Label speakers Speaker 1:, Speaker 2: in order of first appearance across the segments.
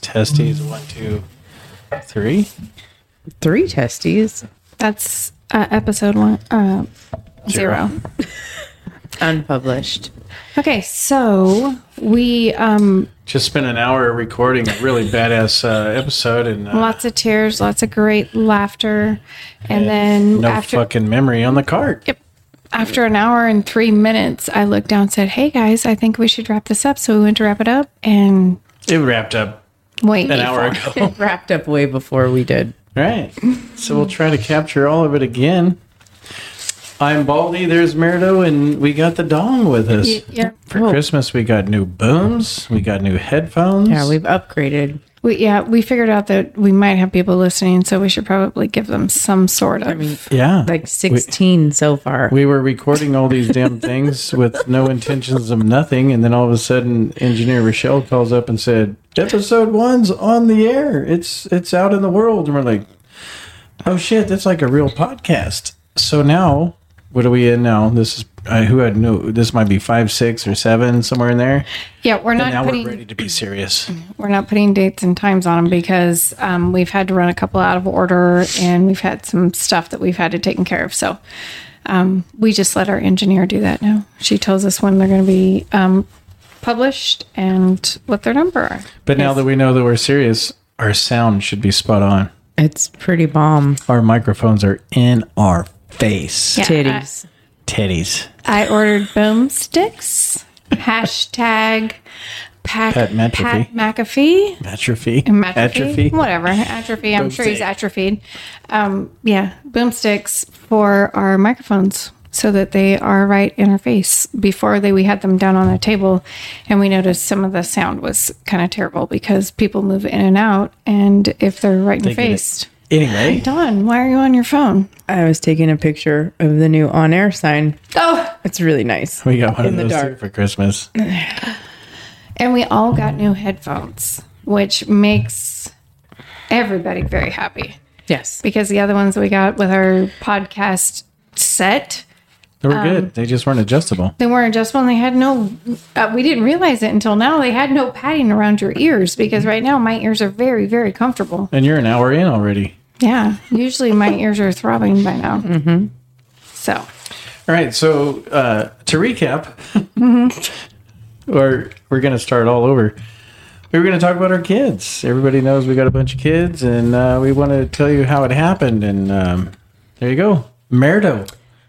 Speaker 1: testes. One, two, three.
Speaker 2: Three testes.
Speaker 3: That's uh, episode one uh,
Speaker 1: Zero.
Speaker 3: zero.
Speaker 2: Unpublished.
Speaker 3: Okay, so we um
Speaker 1: Just spent an hour recording a really badass uh, episode and uh,
Speaker 3: lots of tears, lots of great laughter, and then
Speaker 1: no
Speaker 3: after
Speaker 1: fucking memory on the cart.
Speaker 3: Yep. after an hour and three minutes, I looked down and said, "Hey guys, I think we should wrap this up." So we went to wrap it up and
Speaker 1: It wrapped up
Speaker 3: wait
Speaker 1: an hour
Speaker 3: before-
Speaker 1: ago.
Speaker 2: Wrapped up way before we did.
Speaker 1: right. So we'll try to capture all of it again. I'm Baldy, there's Merido, and we got the dong with us.
Speaker 3: Y- Yeah,
Speaker 1: For Christmas, we got new booms, we got new headphones.
Speaker 2: Yeah, we've upgraded.
Speaker 3: we yeah we figured out that we might have people listening, so we should probably give them some sort of.
Speaker 2: I mean,
Speaker 1: yeah.
Speaker 2: like 16 so far.
Speaker 1: we were recording all these damn things with no intentions of nothing and then all of a sudden engineer rochelle calls up and said episode one's on the air it's it's out in the world and we're like oh shit that's like a real podcast so now what are we in now this is I, who had no this might be five six or seven somewhere in there
Speaker 3: yeah, we're
Speaker 1: and now
Speaker 3: not Mm-hmm.
Speaker 1: we're
Speaker 3: putting
Speaker 1: ready to be serious
Speaker 3: we're not putting dates and times on them because um, we've had to run a couple out of order and we've had some stuff that we've had to take care of. So um, we just let our engineer do that now. She tells us when they're going to be um, published and what their number are.
Speaker 1: but now that we know that we're serious our sound should be spot on
Speaker 2: it's pretty bomb.
Speaker 1: our microphones are in our face
Speaker 3: Yeah.
Speaker 2: Titties.
Speaker 1: teddies
Speaker 3: I ordered boomsticks. Hashtag pack,
Speaker 1: Pat McAfee.
Speaker 3: Pat McAfee.
Speaker 1: atrophy
Speaker 3: atrophy, whatever atrophy. I'm sure he's
Speaker 1: Boomstick.
Speaker 3: atrophied. Um, yeah, boomsticks for our microphones so that they are right in our face. Before they, we had them down on the table, and we noticed some of the sound was kind of terrible because people move in and out, and if they're right in your
Speaker 1: get it.
Speaker 3: face,
Speaker 1: Anyway,
Speaker 3: Don, why are you on your phone?
Speaker 2: I was taking a picture of the new on air sign.
Speaker 3: Oh,
Speaker 2: It's really nice.
Speaker 1: we got one
Speaker 2: In the
Speaker 1: of those too
Speaker 2: dark.
Speaker 1: for Christmas.
Speaker 3: and we all got new headphones, which makes everybody very happy
Speaker 2: Yes.
Speaker 3: because the other ones we got with our podcast set
Speaker 1: They
Speaker 2: Um,
Speaker 1: were good. They just weren't adjustable.
Speaker 3: They weren't adjustable and they had no, uh, we didn't realize it until now. They had no padding around your ears because right now my ears are very, very comfortable.
Speaker 1: And you're an hour in already.
Speaker 3: Yeah. Usually my ears are throbbing by now. Mm-hmm. So,
Speaker 1: All right. So uh, to recap, or we're going to start all over. We were going to talk about our kids. Everybody knows we got a bunch of kids, and uh, we want to tell you how it happened. And um, there you go, Merdo,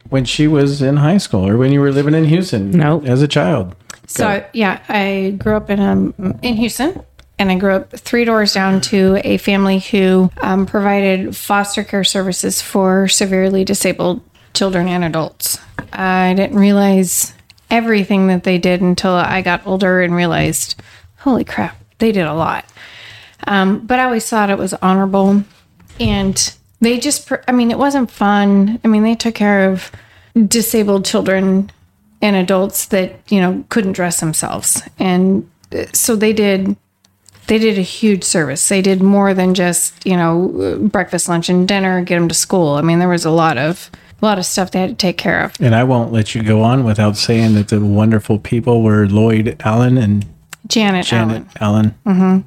Speaker 1: when she was in high school, or when you were living in Houston,
Speaker 2: Nope.
Speaker 1: as a child.
Speaker 3: so I- yeah, I grew up in, um, in Houston and I grew up three doors down to a family who um, provided foster care services for severely disabled children and adults. I didn't realize everything that they did until I got older and realized, holy crap, they did a lot. Um, but I always thought it was honorable. And they just, pr- I mean, it wasn't fun. I mean, they took care of disabled children and adults that, you know, couldn't dress themselves. And uh, so they did. They did a huge service. They did more than just, you know, breakfast, lunch, and dinner, get them to school. I mean, there was a lot of a lot of stuff they had to take care of.
Speaker 1: And I won't let you go on without saying that the wonderful people were Lloyd Allen and
Speaker 3: Janet,
Speaker 1: Janet
Speaker 3: Allen.
Speaker 1: Allen.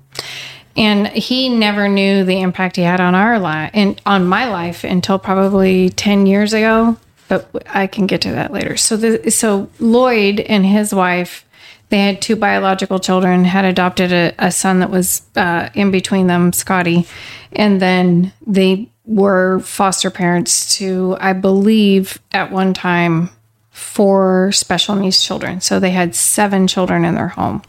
Speaker 3: and he never knew the impact he had on our life and on my life until probably 10 years ago but i can get to that later so the, so lloyd and his wife they had two biological children had adopted a, a son that was uh, in between them scotty and then they were foster parents to i believe at one time four special needs children. So they had seven children in their home.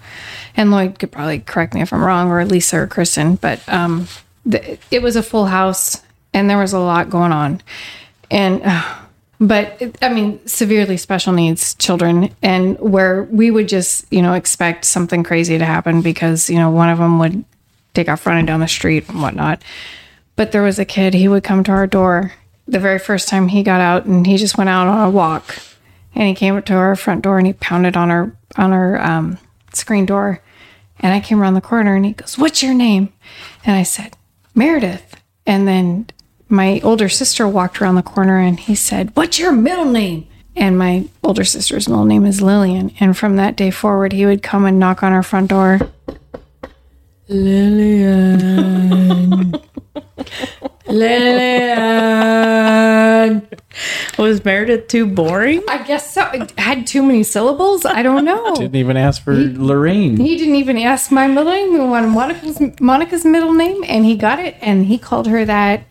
Speaker 3: And Lloyd could probably correct me if I'm wrong, or Lisa or Kristen, but um, th- it was a full house and there was a lot going on. And, uh, but it- I mean, severely special needs children, and where we would just, you know, expect something crazy to happen because, you know, one of them would take off running down the street and whatnot. But there was a kid, he would come to our door the very first time he got out and he just went out on a walk and he came up to our front door and he pounded on our on our um, screen door and i came around the corner and he goes what's your name and i said meredith and then my older sister walked around the corner and he said what's your middle name and my older sister's middle name is lillian and from that day forward he would come and knock on our front door
Speaker 2: Lillian. Lillian. Was Meredith too boring?
Speaker 3: I guess so. It had too many syllables. I don't know.
Speaker 1: Didn't even ask for Lorraine.
Speaker 3: he didn't even ask my middle name, one Monica's Monica's middle name, and he got it, and he called her that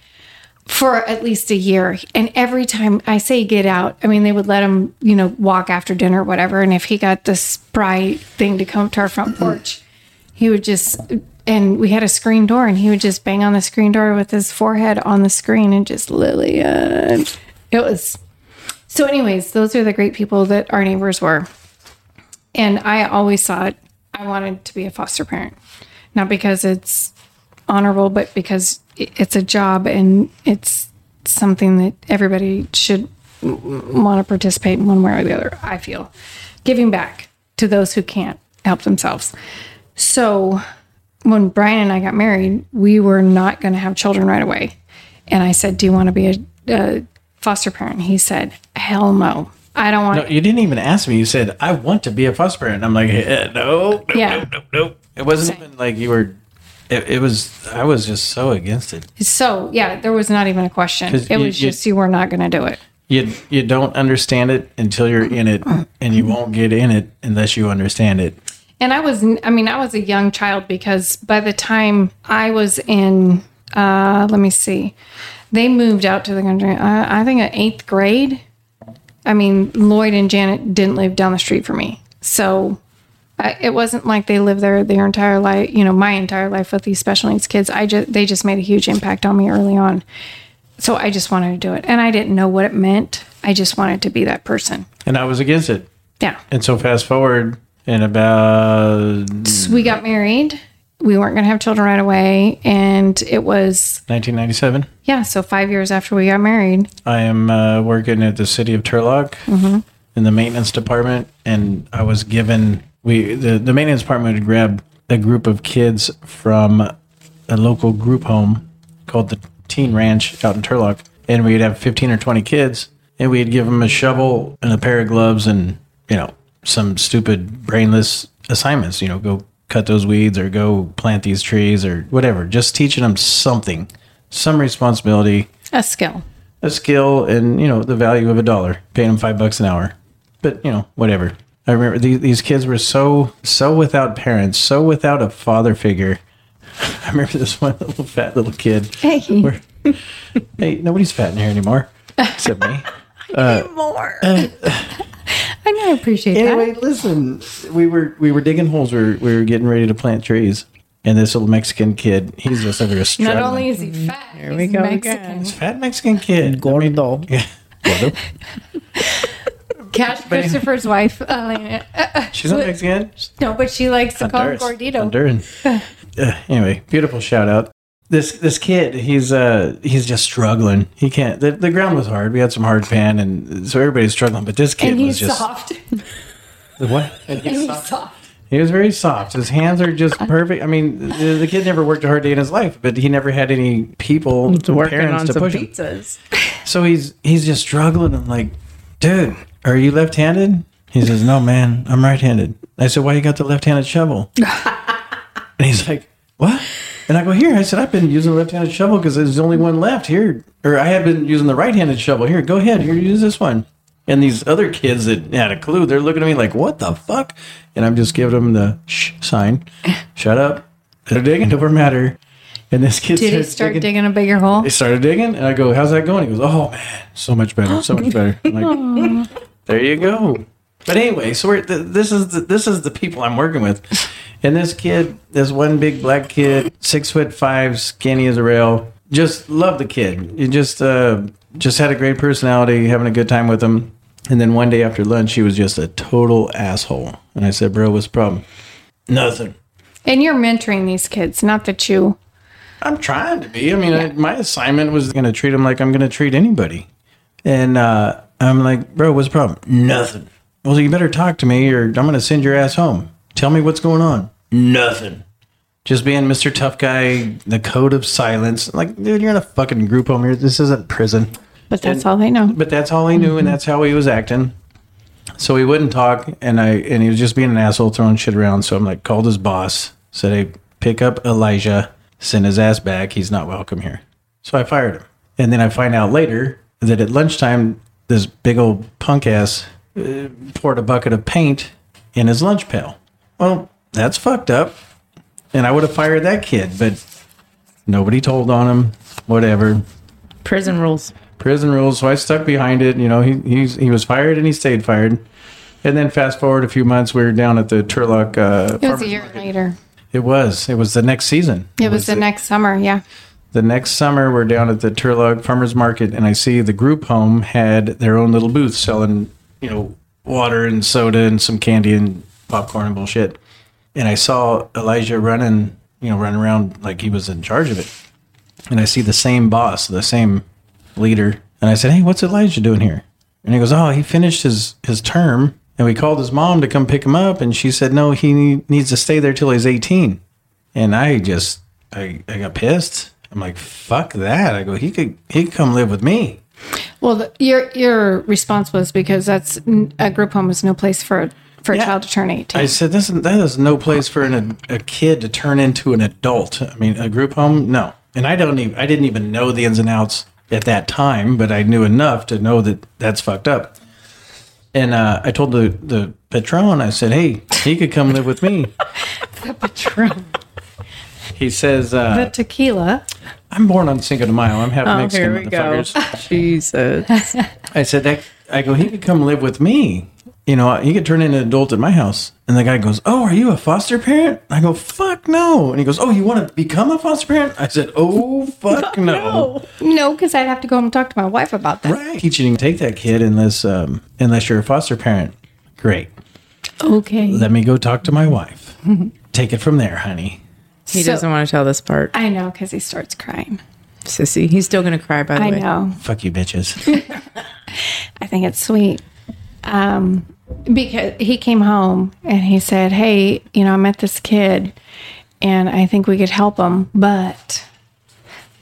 Speaker 3: for at least a year. And every time I say get out, I mean they would let him, you know, walk after dinner, or whatever. And if he got the spry thing to come to our front porch, he would just. And we had a screen door, and he would just bang on the screen door with his forehead on the screen and just Lillian. It was so, anyways, those are the great people that our neighbors were. And I always thought I wanted to be a foster parent, not because it's honorable, but because i- it's a job and it's something that everybody should want to participate in one way or the other. I feel giving back to those who can't help themselves. So, when Brian and I got married, we were not going to have children right away. And I said, Do you want to be a, a foster parent? He said, Hell no. I don't want
Speaker 1: No, you didn't even ask me. You said, I want to be a foster parent. And I'm like, eh, no, no,
Speaker 3: Yeah.
Speaker 1: no, no, no. It wasn't even like you were, it, it was, I was just so against it.
Speaker 3: So yeah, there was not even a question.
Speaker 1: 'Cause
Speaker 3: It
Speaker 1: you-
Speaker 3: was
Speaker 1: you-
Speaker 3: just you were not going to do it.
Speaker 1: You, you don't understand it until you're in it, and you won't get in it unless you understand it.
Speaker 3: And I was, I mean, I was a young child because by the time I was in, uh, let me see, they moved out to the country. I, I think in eighth grade. I mean, Lloyd and Janet didn't live down the street from me, so I, it wasn't like they lived there their entire life. You know, my entire life with these special needs kids. I just they just made a huge impact on me early on, so I just wanted to do it, and I didn't know what it meant. I just wanted to be that person.
Speaker 1: And I was against it.
Speaker 3: Yeah.
Speaker 1: And so fast forward in about
Speaker 3: So we got married. We weren't going to have children right away. And it was,
Speaker 1: 1997,
Speaker 3: yeah, so five years after we got married.
Speaker 1: I am uh, working at the city of Turlock in the maintenance department, and I was given we the, the maintenance department had grabbed a group of kids from a local group home called the Teen Ranch out in Turlock, and we'd have 15 or 20 kids, and we'd give them a shovel and a pair of gloves and you know some stupid brainless assignments, you know, go cut those weeds or go plant these trees or whatever, just teaching them something, some responsibility
Speaker 3: A skill.
Speaker 1: a skill and you know the value of a dollar paying them five bucks an hour but you know whatever i remember these, these kids were so so without parents so without a father figure i remember this one little fat little kid
Speaker 3: Hey.
Speaker 1: where, hey nobody's fat in here anymore except me
Speaker 2: More.
Speaker 3: I know, I appreciate that.
Speaker 1: anyway listen we were we were digging holes we were, we were getting ready to plant trees and this little mexican kid he's just over here
Speaker 3: Not
Speaker 1: struggling
Speaker 3: only is he fat,
Speaker 2: we
Speaker 3: he's
Speaker 2: go
Speaker 3: Mexican.
Speaker 2: again.
Speaker 1: fat mexican kid
Speaker 2: Gordo.
Speaker 1: Gordo.
Speaker 3: Cash Christopher's wife, Elena. Uh,
Speaker 1: she's not mexican
Speaker 3: no, but she likes to call him Gordito.
Speaker 1: Honduran. Uh, anyway, beautiful shout out. This this kid, he's uh he's just struggling. He can't. The, the ground was hard. We had some hard pan, and so everybody's struggling. But this kid
Speaker 3: And
Speaker 1: was
Speaker 3: he's
Speaker 1: just
Speaker 3: soft.
Speaker 1: the what?
Speaker 3: And he's Uh, soft.
Speaker 1: He was very soft. His hands are just perfect. I mean, the, the kid never worked a hard day in his life, but he never had any people,
Speaker 2: Working
Speaker 1: parents
Speaker 2: on
Speaker 1: to
Speaker 2: some
Speaker 1: push him.
Speaker 2: pizzas.
Speaker 1: So he's he's just struggling. I'm like, dude, are you left-handed? He says, no, man, I'm right-handed. I said, why you got the left-handed shovel? and he's like, what? And I go, here. I said, I've been using the left-handed shovel because there's only one left here, or I had been using the right-handed shovel. Here, go ahead. Here, use this one. And these other kids that had a clue, they're looking at me like, what the fuck? And I'm just giving them the shh sign. Shut up. They're digging over matter. And this kid
Speaker 3: Did he
Speaker 1: starts
Speaker 3: start
Speaker 1: digging-
Speaker 3: digging a bigger hole?
Speaker 1: they started digging, and I go, "How's that going?" He goes, "Oh man, so much better, so much better." I'm like, there you go. But anyway, so we're, th- this is the, this is the people I'm working with, and this kid, this one big black kid, six foot five, skinny as a rail, just love the kid. You just uh, just had a great personality, having a good time with him. And then one day after lunch, he was just a total asshole, and I said, "Bro, what's the problem?" Nothing.
Speaker 3: And you're mentoring these kids, not that you.
Speaker 1: I'm trying to be. I mean, I, my assignment was going to treat him like I'm going to treat anybody. And uh, I'm like, bro, what's the problem? Nothing. Well, you better talk to me or I'm going to send your ass home. Tell me what's going on. Nothing. Just being Mr. Tough Guy, the code of silence. Like, dude, you're in a fucking group home here. This isn't prison.
Speaker 3: But that's all they know.
Speaker 1: But that's all he knew and that's how he was acting. So he wouldn't talk and I and he was just being an asshole throwing shit around. So I'm like, called his boss, said, Hey, pick up Elijah, send his ass back. He's not welcome here. So I fired him. And then I find out later that at lunchtime, this big old punk ass uh, poured a bucket of paint in his lunch pail. Well, that's fucked up. And I would have fired that kid, but nobody told on him. Whatever
Speaker 2: Prison rules.
Speaker 1: prison rules. So I stuck behind it. You know, he he's, he was fired and he stayed fired. And then fast forward a few months, we were down at the Turlock. Uh,
Speaker 3: It was a year later.
Speaker 1: it was it was the next season.
Speaker 3: It was the next summer. Yeah.
Speaker 1: The next summer, we're down at the Turlock Farmers Market, and I see the group home had their own little booth selling, you know, water and soda and some candy and popcorn and bullshit. And I saw Elijah running, you know, running around like he was in charge of it. And I see the same boss, the same leader. And I said, Hey, what's Elijah doing here? And he goes, Oh, he finished his, his term. And we called his mom to come pick him up. And she said, No, he need- needs to stay there till he's 18. And I just, I, I got pissed. I'm like, fuck that. I go, he could, he could come live with me.
Speaker 3: Well, the, your your response was because that's a group home is no place for a, for a
Speaker 1: Yeah.
Speaker 3: child to turn eighteen.
Speaker 1: I said, this, that is no place for an, a kid to turn into an adult. I mean, a group home, no. And I don't even, I didn't even know the ins and outs at that time, but I knew enough to know that that's fucked up. And uh, I told the, the patron, I said, hey, he could come live with me. He says,
Speaker 3: the
Speaker 1: uh,
Speaker 3: tequila.
Speaker 1: I'm born on Cinco de Mayo. I'm half
Speaker 2: Oh,
Speaker 1: Mexican,
Speaker 2: here we go.
Speaker 1: motherfuckers.
Speaker 2: Jesus.
Speaker 1: I said that I go, he could come live with me. You know, he could turn into an adult at my house. And the guy goes, Oh, are you a foster parent? I go, fuck no. And he goes, Oh, you want to become a foster parent? I said, Oh fuck no.
Speaker 3: No, because I'd have to go home and talk to my wife about that.
Speaker 1: Right. Teaching take that kid unless um, unless you're a foster parent. Great.
Speaker 3: Okay.
Speaker 1: Let me go talk to my wife. take it from there, honey.
Speaker 2: He
Speaker 3: So-
Speaker 2: doesn't want to tell this part,
Speaker 3: I know because he starts crying.
Speaker 2: sissy. He's still going to cry, by the
Speaker 3: I
Speaker 2: way.
Speaker 3: know.
Speaker 1: Fuck you bitches.
Speaker 3: I think it's sweet. Um, because he came home and he said, Hey, you know, I met this kid and I think we could help him, but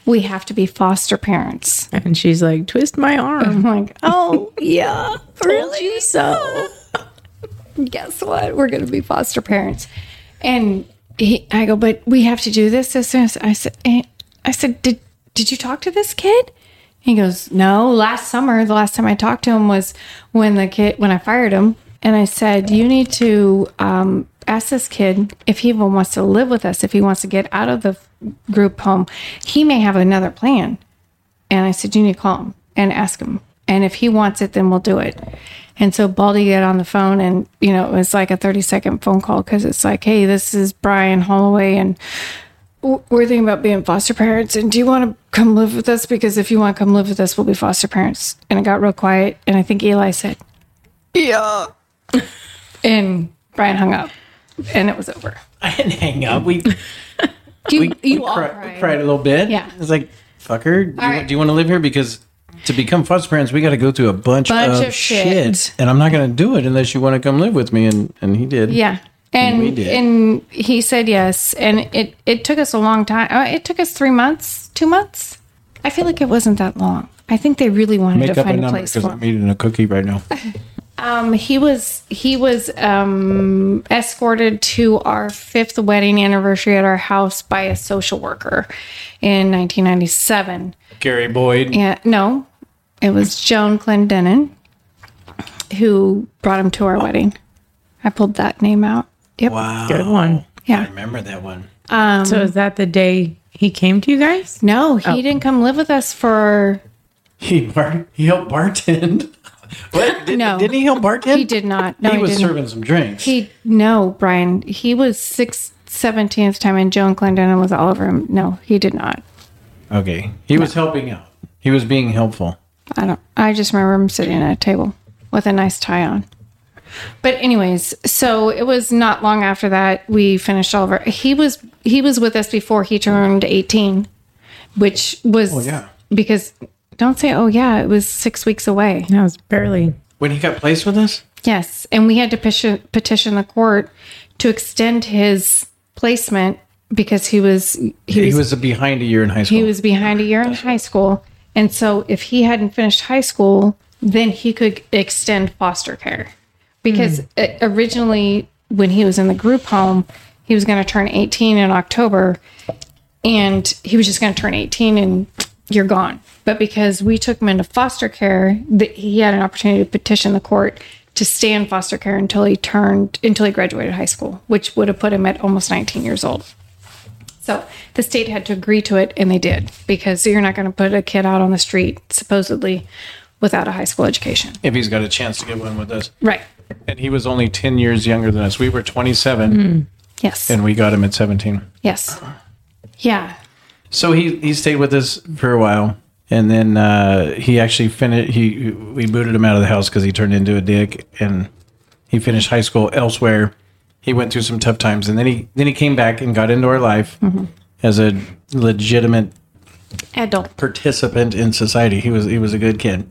Speaker 3: we have to be foster parents.
Speaker 2: And she's like, twist my arm.
Speaker 3: I'm like, Oh, yeah,
Speaker 2: Really?
Speaker 3: really? So, guess what? We're going to be foster parents. And he, I go, But we have to do this. this, this. I said, eh, I said, Did, did you talk to this kid? He goes, No, last summer, the last time I talked to him was when the kid, when I fired him. And I said, You need to um, ask this kid if he even wants to live with us, if he wants to get out of the group home. He may have another plan. And I said, You need to call him and ask him. And if he wants it, then we'll do it. And so Baldy got on the phone, and, you know, it was like a 30 second phone call because it's like, Hey, this is Brian Holloway. And w- we're thinking about being foster parents and do you want to come live with us because if you want to come live with us we'll be foster parents and it got real quiet and i think eli said yeah and brian hung up and it was over
Speaker 1: I didn't hang up. We
Speaker 3: you,
Speaker 1: we,
Speaker 3: you
Speaker 1: we
Speaker 3: all
Speaker 1: cri-
Speaker 3: cried.
Speaker 1: cried a little bit.
Speaker 3: Yeah.
Speaker 1: It's like, fucker, do you,
Speaker 3: right.
Speaker 1: do you want to live here? Because to become foster parents, we got to go through a bunch,
Speaker 3: Bunch
Speaker 1: of,
Speaker 3: of
Speaker 1: shit.
Speaker 3: shit.
Speaker 1: And I'm not going to do it unless you want to come live with me. And, and he did.
Speaker 3: yeah and
Speaker 1: we did.
Speaker 3: and he said yes and it it took us a long time uh, it took us three months two months i feel like it wasn't that long i think they really wanted
Speaker 1: Make
Speaker 3: to
Speaker 1: up a
Speaker 3: find a
Speaker 1: number
Speaker 3: place
Speaker 1: because
Speaker 3: for him
Speaker 1: I'm eating a cookie right now.
Speaker 3: Um, he was he was um, escorted to our fifth wedding anniversary at our house by a social worker in 1997.
Speaker 1: Gary Boyd.
Speaker 3: Yeah, no, it was Joan Clendenin who brought him to our wedding. I pulled that name out. Yep.
Speaker 1: Wow.
Speaker 2: Good one.
Speaker 1: I
Speaker 3: Yeah.
Speaker 1: remember that one.
Speaker 3: Um,
Speaker 2: so is that the day he came to you guys?
Speaker 3: No, he didn't come live with us for.
Speaker 1: He bar- he helped bartend. what? Did,
Speaker 3: No.
Speaker 1: Didn't he help bartend?
Speaker 3: He did not. No,
Speaker 1: He
Speaker 3: he,
Speaker 1: was
Speaker 3: didn't.
Speaker 1: serving some drinks.
Speaker 3: He no, Brian. He was six seventeenth time, and Joan Clendenin was all over him. No, he did not.
Speaker 1: okay. He was helping out. He was being helpful.
Speaker 3: I don't. I just remember him sitting at a table with a nice tie on. But anyways, so it was not long after that we finished all of our. He was he was with us before he turned eighteen, which was
Speaker 1: yeah.
Speaker 3: because don't say oh yeah it was six weeks away.
Speaker 2: No, it's barely.
Speaker 1: When he got placed with us?
Speaker 3: Yes, and we had to petition, petition the court to extend his placement because he was he
Speaker 1: He
Speaker 3: was
Speaker 1: was behind a year in high school.
Speaker 3: he was behind a year in high school. And so if he hadn't finished high school, then he could
Speaker 1: Hmm.
Speaker 3: extend foster care. Because uh, originally, when he was in the group home, he- He was going to turn 18 in October and he was just going to turn 18 and you're gone. But because we took him into foster care, that he had an opportunity to petition the court to stay in foster care until he turned until he graduated high school, which would have put him at almost 19 years old. So the state had to agree to it, and they did because you're not going to put a kid out on the street supposedly without a high school education.
Speaker 1: If he's got a chance to get one with us.
Speaker 3: Right.
Speaker 1: And he was only 10 years younger than us. We were 27
Speaker 3: Yes.
Speaker 1: and we got him at 17.
Speaker 3: yes. Yeah.
Speaker 1: So he, he stayed with us for a while. And then uh, he actually finished. He we booted him out of the house because he turned into a dick, and he finished high school elsewhere. He went through some tough times, and then he then he came back and got into our life as a legitimate
Speaker 3: Adult.
Speaker 1: participant in society. He was he was a good kid.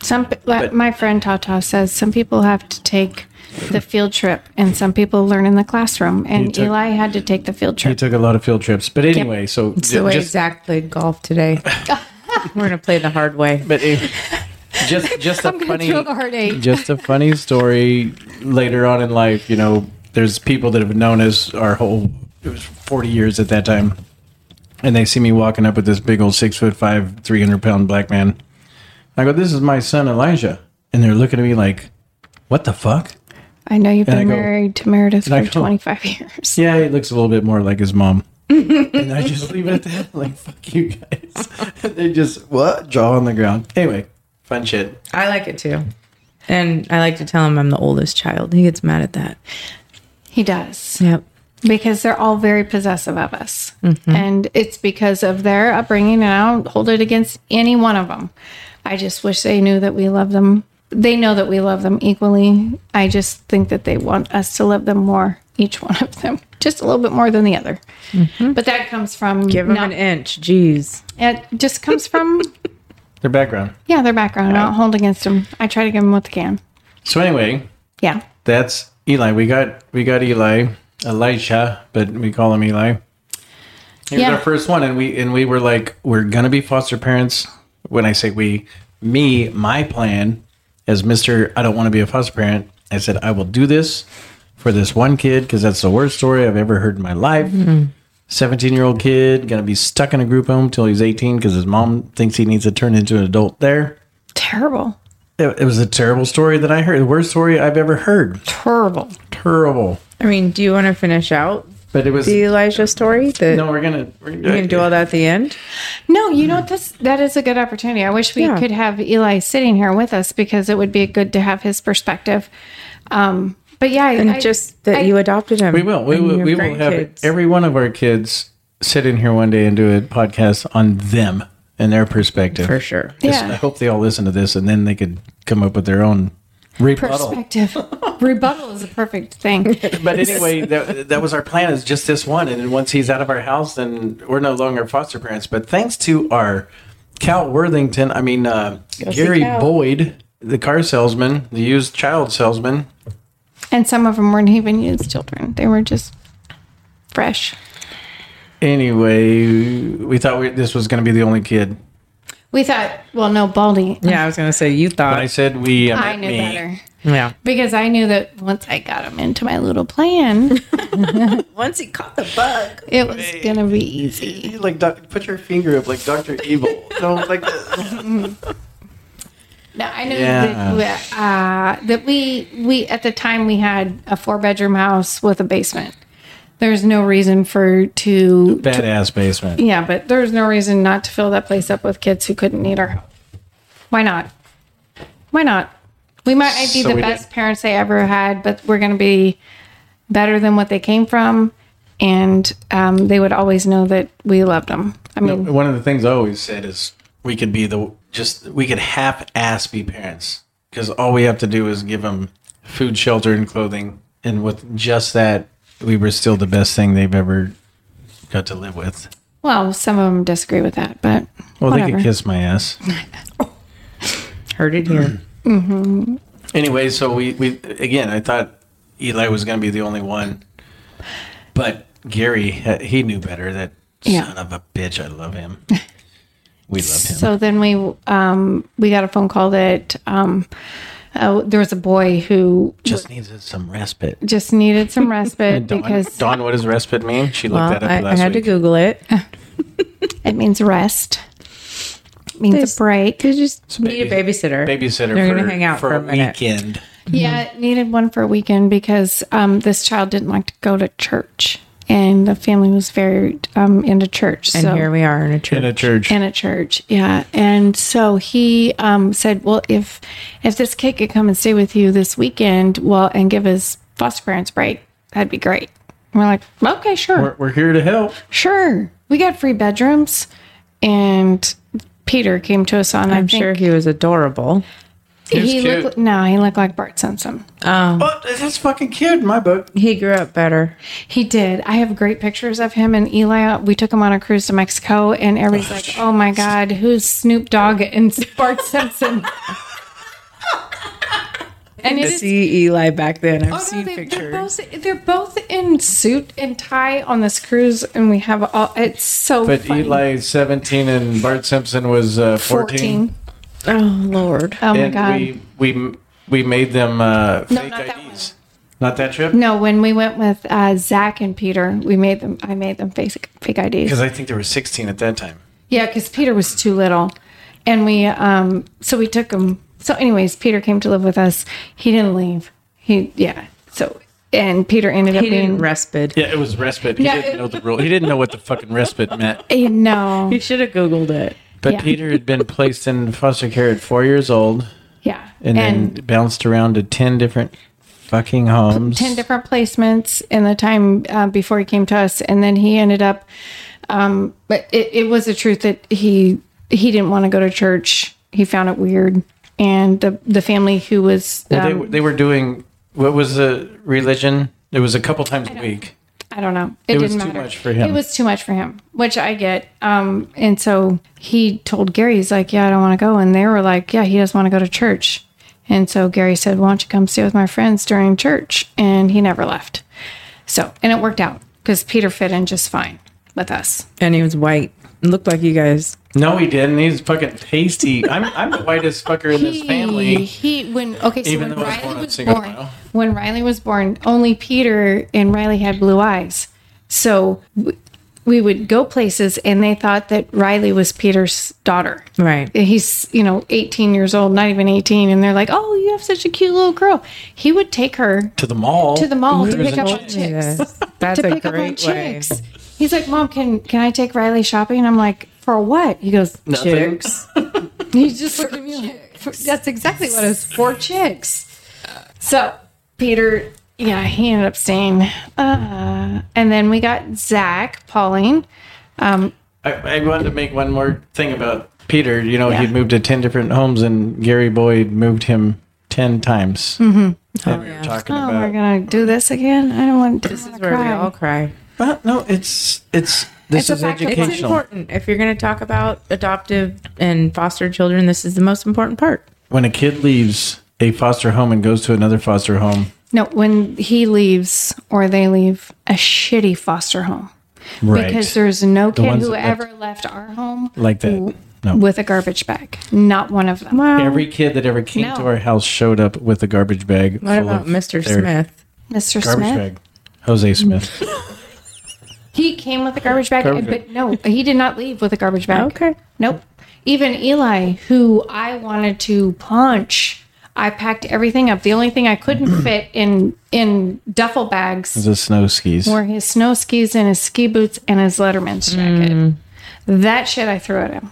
Speaker 3: Some like my friend Tata says some people have to take the field trip, and some people learn in the classroom. And
Speaker 1: took-
Speaker 3: Eli had to take the field
Speaker 1: He
Speaker 3: trip.
Speaker 1: took a lot of field trips, but anyway, so
Speaker 2: It's the
Speaker 1: ju-
Speaker 2: way
Speaker 1: just
Speaker 2: Zach played golf today. We're gonna play the hard way.
Speaker 1: but it, just just a
Speaker 3: I'm gonna
Speaker 1: funny
Speaker 3: feel the heartache.
Speaker 1: just a funny story later on in life. You know, there's people that have known us our whole it was 40 years at that time, and they see me walking up with this big old six foot five, 300 pound black man. I go, "This is my son Elijah," and they're looking at me like, "What the fuck?"
Speaker 3: I know you've
Speaker 1: And I
Speaker 3: been
Speaker 1: go-
Speaker 3: married to Meredith
Speaker 1: I
Speaker 3: for
Speaker 1: go-
Speaker 3: 25 years.
Speaker 1: Yeah, he looks a little bit more like his mom. and I just leave it at that. Like, fuck you guys. they just, what? Jaw on the ground. Anyway, fun shit.
Speaker 2: I like it too, and I like to tell him I'm the oldest child. He gets mad at that.
Speaker 3: He does.
Speaker 2: Yep.
Speaker 3: because they're all very possessive of us and it's because of their upbringing and i don't hold it against any one of them i just wish they knew that we love them they know that we love them equally i just think that they want us to love them more each one of them just a little bit more than the other but that comes from
Speaker 2: Give him an
Speaker 3: not-
Speaker 2: inch. Jeez.
Speaker 3: it just comes from
Speaker 1: Their background.
Speaker 3: yeah their background i don't hold against them i try to give them what they can
Speaker 1: So, anyway,
Speaker 3: yeah
Speaker 1: that's Eli. We got we got Eli, Elisha, but we call him Eli. He
Speaker 3: Yeah.
Speaker 1: was our first one, and we and we were like, we're gonna be foster parents. When I say we, me, my plan as Mister, I don't want to be a foster parent. I said I will do this for this one kid because that's the worst story I've ever heard in my life. 17 year old kid gonna be stuck in a group home till he's 18 because his mom thinks he needs to turn into an adult there.
Speaker 3: terrible
Speaker 1: It, it was a terrible story that I heard, the worst story I've ever heard.
Speaker 3: terrible
Speaker 1: Terrible.
Speaker 2: I mean, do you want to finish out
Speaker 1: But it was
Speaker 2: the Elijah story? The,
Speaker 1: no. We're gonna we're
Speaker 2: You can do all that at the end.
Speaker 3: No, you know this that is a good opportunity. I wish we
Speaker 2: Yeah.
Speaker 3: could have Eli sitting here with us because it would be good to have his perspective. Um, but yeah,
Speaker 2: And
Speaker 3: I,
Speaker 2: just that
Speaker 3: I-
Speaker 2: you adopted him.
Speaker 1: We will. We will. We will have every one of our kids sit in here one day and do a podcast on them and their perspective.
Speaker 2: for sure.
Speaker 1: Just-
Speaker 3: Yeah.
Speaker 1: I hope they all listen to this and then they could come up with their own rebuttal.
Speaker 3: perspective. Rebuttal is a perfect thing.
Speaker 1: But anyway, that, that was our plan is just this one. And then once he's out of our house, then we're no longer foster parents. But thanks to our Cal Worthington, I mean, uh, Gary
Speaker 2: Cal.
Speaker 1: Boyd, the car salesman, the used child salesman,
Speaker 3: And some of them weren't even used children; they were just fresh.
Speaker 1: Anyway, we thought we, this was going to be the only kid.
Speaker 3: We thought, well, no, Baldy.
Speaker 2: Yeah, I was gonna say you
Speaker 1: When I
Speaker 2: thought.
Speaker 1: said we, I,
Speaker 3: I
Speaker 1: meant
Speaker 3: knew
Speaker 1: me.
Speaker 3: better
Speaker 2: Yeah.
Speaker 3: because I knew that once I got him into my little plan,
Speaker 2: Once he caught the bug.
Speaker 3: it was gonna be easy.
Speaker 1: You, Like, doc, put your finger up, like Doctor Evil. no, like uh,
Speaker 3: No, I know
Speaker 1: Yeah.
Speaker 3: that, uh, that we we at the time we had a four bedroom house with a basement. There's no reason for to
Speaker 1: badass basement.
Speaker 3: yeah, but there's no reason not to fill that place up with kids who couldn't need our help. Why not? Why not? We might not be
Speaker 1: So
Speaker 3: the
Speaker 1: we did.
Speaker 3: best parents they ever had, but we're going to be better than what they came from, and um, they would always know that we loved them. I mean,
Speaker 1: One of the things I always said is we could be the just we could half-ass be parents because all we have to do is give them food, shelter, and clothing, and with just that, we were still the best thing they've ever got to live with.
Speaker 3: well, some of them disagree with that, but
Speaker 1: Well, they
Speaker 3: Whatever.
Speaker 1: could kiss my ass.
Speaker 2: Heard it
Speaker 1: Mm.
Speaker 2: here.
Speaker 1: Anyway, so we, we again, I thought Eli was going to be the only one, but Gary he knew better. That
Speaker 3: Yeah.
Speaker 1: son of a bitch, I love him. We love him.
Speaker 3: So then we um, we got a phone call that um, uh, there was a boy who
Speaker 1: Just needs some respite.
Speaker 3: just needed some respite
Speaker 1: Dawn,
Speaker 3: because
Speaker 1: Dawn, what does respite mean? She looked
Speaker 2: Well,
Speaker 1: that up
Speaker 2: I, I
Speaker 1: last
Speaker 2: had
Speaker 1: week.
Speaker 2: to Google it.
Speaker 3: it means rest. It means
Speaker 2: There's-
Speaker 3: a break.
Speaker 2: You just
Speaker 1: baby-
Speaker 2: need a babysitter.
Speaker 1: Babysitter
Speaker 2: They're
Speaker 1: for,
Speaker 2: gonna hang out
Speaker 1: for,
Speaker 2: for
Speaker 1: a
Speaker 2: a minute.
Speaker 1: weekend.
Speaker 3: Yeah, needed one for a weekend because um, this child didn't like to go to church, and the family was very um, into church.
Speaker 2: and
Speaker 3: so,
Speaker 2: here we are in a
Speaker 1: In
Speaker 2: church.
Speaker 1: a church.
Speaker 3: in a church, yeah. And so he um, said, "Well, if if this kid could come and stay with you this weekend, well, and give his foster parents a break, that'd be great." And we're like, "Okay, sure,
Speaker 1: We're, we're here to help.
Speaker 3: sure." We got free bedrooms, and Peter came to us on.
Speaker 2: I'm sure he was adorable.
Speaker 1: He was
Speaker 3: he
Speaker 1: cute.
Speaker 3: looked. No, he looked like Bart Simpson.
Speaker 1: Oh, that's fucking cute in my book.
Speaker 2: He grew up better.
Speaker 3: He did. I have great pictures of him and Eli. We took him on a cruise to Mexico, and everybody's like, "Oh my God, who's Snoop Dogg and Bart Simpson?" and it is.
Speaker 2: See Eli E back then. I've
Speaker 3: oh, no,
Speaker 2: seen
Speaker 3: they,
Speaker 2: pictures.
Speaker 3: They're both, they're both in suit and tie on this cruise, and we have all. It's so.
Speaker 1: But
Speaker 3: funny.
Speaker 1: Eli's 17 and Bart Simpson was uh, 14.
Speaker 2: oh Lord.
Speaker 3: Oh my
Speaker 1: and
Speaker 3: God.
Speaker 1: we we we made them uh, fake
Speaker 3: not that
Speaker 1: IDs. not that trip?
Speaker 3: no, when we went with uh, Zach and Peter, we made them. I made them fake fake IDs.
Speaker 1: Because I think there were 16 at that time.
Speaker 3: Yeah, because Peter was too little, and we um so we took him. So, anyways, Peter came to live with us. He didn't leave. He yeah. So and Peter ended up
Speaker 2: He didn't
Speaker 3: being
Speaker 2: respite.
Speaker 1: Yeah, it was respite. He
Speaker 3: Yeah,
Speaker 1: didn't
Speaker 3: it-
Speaker 1: know the rule. He didn't know what the fucking respite meant.
Speaker 3: Eh, no.
Speaker 2: He should have Googled it.
Speaker 1: But
Speaker 3: Yeah.
Speaker 1: Peter had been placed in foster care at four years old,
Speaker 3: Yeah,
Speaker 1: and, then bounced around to ten different fucking homes.
Speaker 3: ten different placements in the time uh, before he came to us, and then he ended up. Um, but it, it was the truth that he he didn't want to go to church. He found it weird, and the the family who was um,
Speaker 1: Well, they, they were doing what was the religion? It was a couple times a week.
Speaker 3: I don't know. It,
Speaker 1: It was
Speaker 3: didn't
Speaker 1: too
Speaker 3: matter.
Speaker 1: much for him.
Speaker 3: It was too much for him, which I get. Um, and so he told Gary, he's like, "Yeah, I don't want to go." And they were like, "Yeah, he doesn't want to go to church." And so Gary said, "Why don't you come stay with my friends during church?" And he never left. So and it worked out because Peter fit in just fine with us.
Speaker 2: And he was white. Looked like you guys.
Speaker 1: No, he didn't. He's fucking tasty. I'm I'm the whitest fucker in this family.
Speaker 3: He when okay, so
Speaker 1: Even
Speaker 3: when
Speaker 1: though I was born
Speaker 3: Riley
Speaker 1: on
Speaker 3: was
Speaker 1: single
Speaker 3: born,
Speaker 1: mile.
Speaker 3: when Riley was born, only Peter and Riley had blue eyes. So w- we would go places, and they thought that Riley was Peter's daughter.
Speaker 2: Right.
Speaker 3: He's you know 18 years old, not even 18, and they're like, "Oh, you have such a cute little girl." He would take her
Speaker 1: To the mall.
Speaker 3: to the mall to
Speaker 1: There's
Speaker 3: pick
Speaker 1: a
Speaker 3: up on
Speaker 1: chick.
Speaker 3: chicks.
Speaker 2: Yes. That's
Speaker 3: To
Speaker 2: a
Speaker 3: pick up on
Speaker 2: great way.
Speaker 3: chicks. He's like, "Mom, can can I take Riley shopping?" I'm like, "For what?" He goes,
Speaker 1: Nothing.
Speaker 2: Chicks.
Speaker 3: he just looked at me like, "For- that's exactly what it was for chicks. So Peter, yeah, he ended up staying. Uh, and then we got Zach, Pauline.
Speaker 1: I, I wanted to make one more thing about Peter. You know,
Speaker 3: Yeah.
Speaker 1: he'd moved to 10 different homes, and Gary Boyd moved him 10 times. Mm-hmm. And we were talking
Speaker 3: Oh, we're
Speaker 1: about.
Speaker 3: gonna do this again. I don't want to. This
Speaker 2: That's where we all cry.
Speaker 1: But no, it's, it's, this
Speaker 3: It's a
Speaker 1: is
Speaker 3: fact of life.
Speaker 2: It's
Speaker 1: educational.
Speaker 2: important. If you're going to talk about adoptive and foster children, this is the most important part.
Speaker 1: When a kid leaves a foster home and goes to another foster home,
Speaker 3: No, when he leaves or they leave a shitty foster home
Speaker 1: right?
Speaker 3: because there's no kid
Speaker 1: ones
Speaker 3: who
Speaker 1: that left-
Speaker 3: ever left our home
Speaker 1: like that. No.
Speaker 3: with a garbage bag. Not one of them.
Speaker 2: Well,
Speaker 1: Every kid that ever came to
Speaker 3: No.
Speaker 1: our house showed up with a garbage bag.
Speaker 2: what about Mr. Smith?
Speaker 3: Mr.
Speaker 1: Garbage
Speaker 3: Smith.
Speaker 1: bag. Jose Smith.
Speaker 3: He came with a garbage bag,
Speaker 1: Garbage
Speaker 3: but no, he did not leave with a garbage bag.
Speaker 2: Okay.
Speaker 3: Nope. Even Eli, who I wanted to punch, I packed everything up. The only thing I couldn't fit in in duffel bags
Speaker 1: the snow skis.
Speaker 3: were his snow skis and his ski boots and his Letterman's
Speaker 1: Hmm.
Speaker 3: jacket. That shit I threw at him.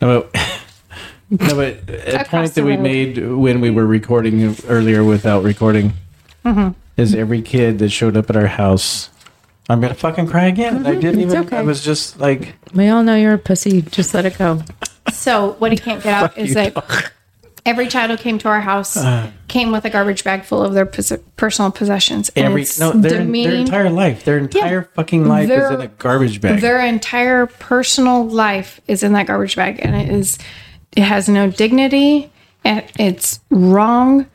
Speaker 1: No, but, no, but a
Speaker 3: Across
Speaker 1: point that
Speaker 3: the
Speaker 1: we
Speaker 3: road.
Speaker 1: made when we were recording earlier without recording Mm-hmm. is every kid that showed up at our house. I'm gonna fucking cry again. I didn't even. I was just like,
Speaker 2: We all know you're a pussy. Just let it go.
Speaker 3: So what he can't get out is that every child who came to our house came with a garbage bag full of their pos- personal possessions. And
Speaker 1: every
Speaker 3: it's
Speaker 1: no, their, their
Speaker 3: demeaning.
Speaker 1: entire life, their entire fucking life is
Speaker 3: Their-
Speaker 1: in a garbage bag.
Speaker 3: Their entire personal life is in that garbage bag, and it is it has no dignity, and it's wrong,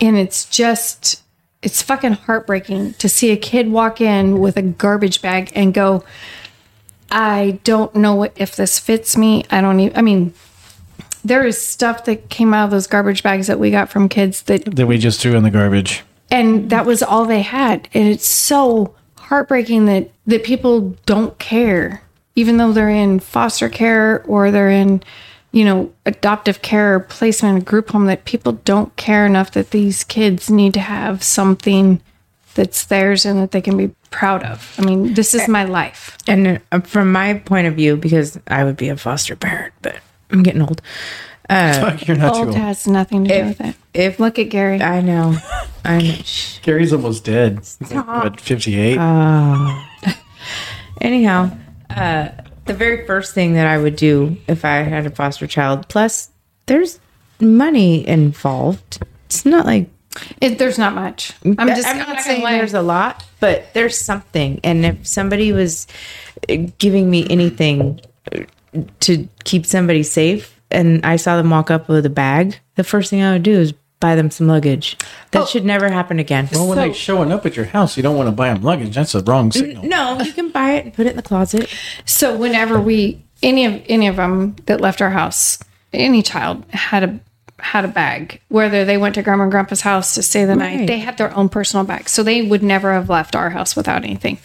Speaker 3: and it's just it's fucking heartbreaking to see a kid walk in with a garbage bag and go, I don't know what if this fits me. I don't even. I e-" mean, there is stuff that came out of those garbage bags that we got from kids that
Speaker 1: that we just threw in the garbage.
Speaker 3: and that was all they had and it's so heartbreaking that that people don't care even though they're in foster care or they're in you know adoptive care or placement in a group home that people don't care enough that these kids need to have something that's theirs and that they can be proud of i mean this is my life
Speaker 2: And uh, from my point of view, because I would be a foster parent, but I'm getting old. Uh,
Speaker 1: Fuck, you're not
Speaker 3: old
Speaker 1: too old.
Speaker 3: has nothing to do with it
Speaker 2: If
Speaker 3: look at gary
Speaker 2: I know, I know. Shh.
Speaker 1: Gary's almost dead. What, 58?
Speaker 2: Anyhow, uh, the very first thing that I would do if I had a foster child, plus there's money involved. It's not like
Speaker 3: it, there's not much i'm just
Speaker 2: I'm
Speaker 3: I'm
Speaker 2: not
Speaker 3: not
Speaker 2: saying
Speaker 3: gonna lie.
Speaker 2: there's a lot, but there's something. And if somebody was uh, giving me anything uh, to keep somebody safe, and I saw them walk up with a bag, the first thing I would do is buy them some luggage. That should never happen again.
Speaker 1: well, when they're showing up at your house, you don't want to buy them luggage. That's the wrong signal.
Speaker 2: no, you can buy it and put it in the closet.
Speaker 3: So whenever we any of any of them that left our house, any child had a had a bag. Whether they went to grandma and grandpa's house to stay the
Speaker 2: Right.
Speaker 3: night, they had their own personal bag. So they would never have left our house without anything.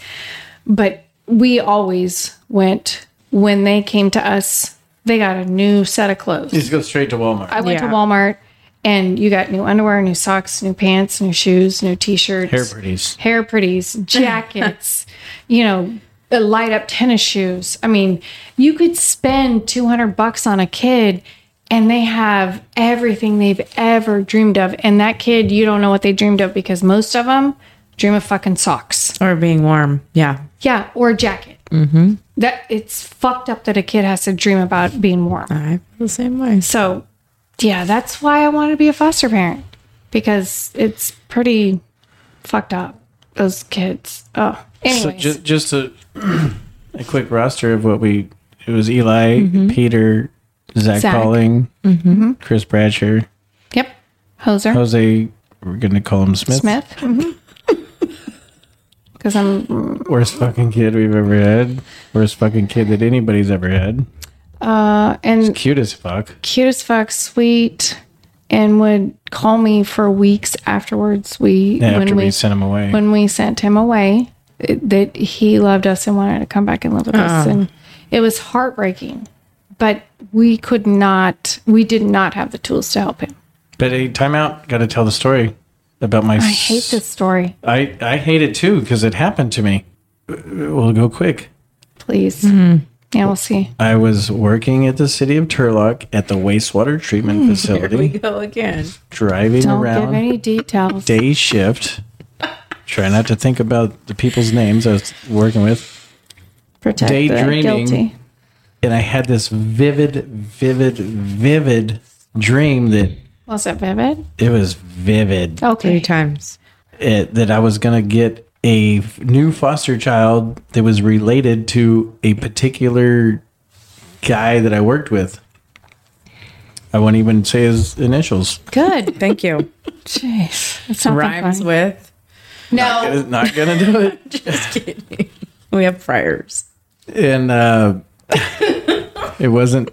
Speaker 3: But we always went when they came to us, they got a new set of clothes.
Speaker 1: You just go straight to Walmart.
Speaker 3: I went
Speaker 2: Yeah.
Speaker 3: to Walmart and you got new underwear, new socks, new pants, new shoes, new t-shirts
Speaker 1: Hair pretties.
Speaker 3: hair pretties, jackets, you know, uh, light up tennis shoes. I mean, you could spend 200 bucks on a kid and they have everything they've ever dreamed of. And that kid, you don't know what they dreamed of because most of them dream of fucking socks.
Speaker 2: Or being warm. Yeah.
Speaker 3: Yeah, or a jacket. That it's fucked up that a kid has to dream about being warm.
Speaker 2: I feel the same way.
Speaker 3: So, yeah, that's why I want to be a foster parent because it's pretty fucked up. Those kids. Oh,
Speaker 1: So
Speaker 3: anyways,
Speaker 1: just, just a, a quick roster of what we it was Eli, Peter, Zach,
Speaker 3: Mm-hmm. Zach. Mm-hmm.
Speaker 1: Pauling, Chris Bradsher,
Speaker 3: yep, hoser
Speaker 1: Jose, we're going to call him Smith.
Speaker 3: Smith.
Speaker 1: Mm-hmm.
Speaker 3: Because I'm
Speaker 1: Worst fucking kid we've ever had. Worst fucking kid that anybody's ever had.
Speaker 3: uh, and
Speaker 1: Cute as fuck.
Speaker 3: cute as fuck, sweet, and would call me for weeks afterwards. We
Speaker 1: After
Speaker 3: when
Speaker 1: we,
Speaker 3: we
Speaker 1: sent him away.
Speaker 3: when we sent him away it- that he loved us and wanted to come back and live with us
Speaker 1: Uh-huh.
Speaker 3: and it was heartbreaking but we could not we did not have the tools to help him
Speaker 1: But a timeout. Got to tell the story about my.
Speaker 3: i hate this story
Speaker 1: I I hate it too because it happened to me. Uh, We'll go quick.
Speaker 3: please
Speaker 1: Mm-hmm.
Speaker 3: yeah we'll see
Speaker 1: I was working at the city of Turlock at the wastewater
Speaker 3: Hmm.
Speaker 1: treatment facility,
Speaker 2: go again.
Speaker 1: driving
Speaker 3: don't give
Speaker 1: around
Speaker 3: any details
Speaker 1: day shift. Try not to think about the people's names I was working with,
Speaker 3: protect the
Speaker 1: daydreaming.
Speaker 3: guilty
Speaker 1: and I had this vivid, vivid, vivid dream that
Speaker 3: was it vivid
Speaker 1: it was vivid.
Speaker 2: Three
Speaker 3: okay
Speaker 2: times.
Speaker 1: it, that I was going to get a f- new foster child that was related to a particular guy that I worked with. I won't even say his initials.
Speaker 3: good
Speaker 2: Thank you.
Speaker 3: jeez it's not
Speaker 2: Rhymes
Speaker 3: fun.
Speaker 2: with.
Speaker 3: no
Speaker 1: It's not going to do it.
Speaker 2: Just kidding. We have friars.
Speaker 1: and uh, it wasn't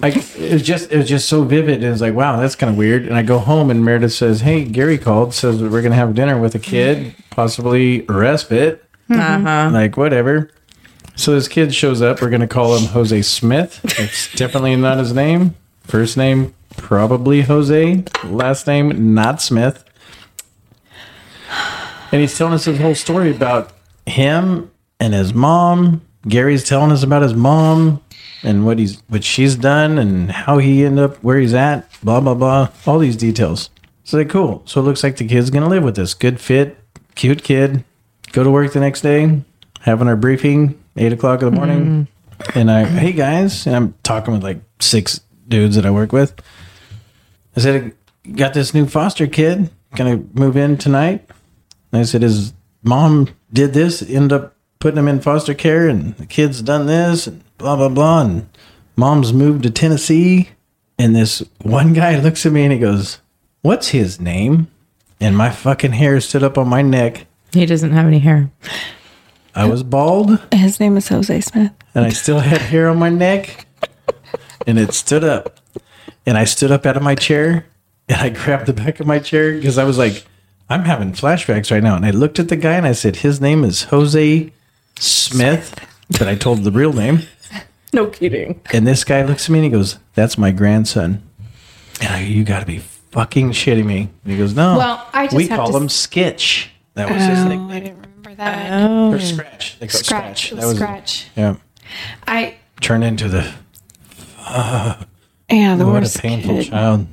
Speaker 1: like it was just it was just so vivid. It was like, wow, that's kind of weird. And I go home, and Meredith says, "Hey, Gary called, says that we're gonna have dinner with a kid, possibly respite,
Speaker 2: Mm-hmm.
Speaker 1: uh-huh. like whatever." So this kid shows up. We're gonna call him Jose Smith. It's definitely not his name. First name probably Jose. Last name not Smith. And he's telling us his whole story about him and his mom. Gary's telling us about his mom and what he's what she's done and how he ended up where he's at, blah blah blah. All these details. So like cool. So it looks like the kid's gonna live with this. Good fit, cute kid. Go to work the next day, having our briefing, eight o'clock in the morning. And I hey guys, and I'm talking with like six dudes that I work with. I said, I got this new foster kid, gonna move in tonight. And I said, his mom did this, ended up putting him in foster care, and the kid's done this, and blah, blah, blah. And mom's moved to Tennessee. And this one guy looks at me and he goes, What's his name? And my fucking hair stood up on my neck.
Speaker 2: He doesn't have any hair.
Speaker 1: I was bald
Speaker 3: his name is jose smith
Speaker 1: and I still had hair on my neck and it stood up. and I stood up out of my chair and I grabbed the back of my chair because I was like, I'm having flashbacks right now. And I looked at the guy and I said, his name is Jose Smith, but I told the real name.
Speaker 2: No kidding.
Speaker 1: And this guy looks at me and he goes, That's my grandson. And I go, You got to be fucking shitting me. And he goes, No.
Speaker 3: Well, I just
Speaker 1: we
Speaker 3: have
Speaker 1: call
Speaker 3: to
Speaker 1: him Skitch. That was his
Speaker 3: Oh, I
Speaker 1: nickname.
Speaker 3: didn't remember that.
Speaker 1: Or Uh, Scratch. They call it
Speaker 3: scratch. It
Speaker 1: That
Speaker 3: was
Speaker 1: was
Speaker 3: scratch.
Speaker 1: Yeah.
Speaker 3: I
Speaker 1: Turned into the
Speaker 3: yeah, the
Speaker 1: what
Speaker 3: worst
Speaker 1: a painful
Speaker 3: kid.
Speaker 1: child.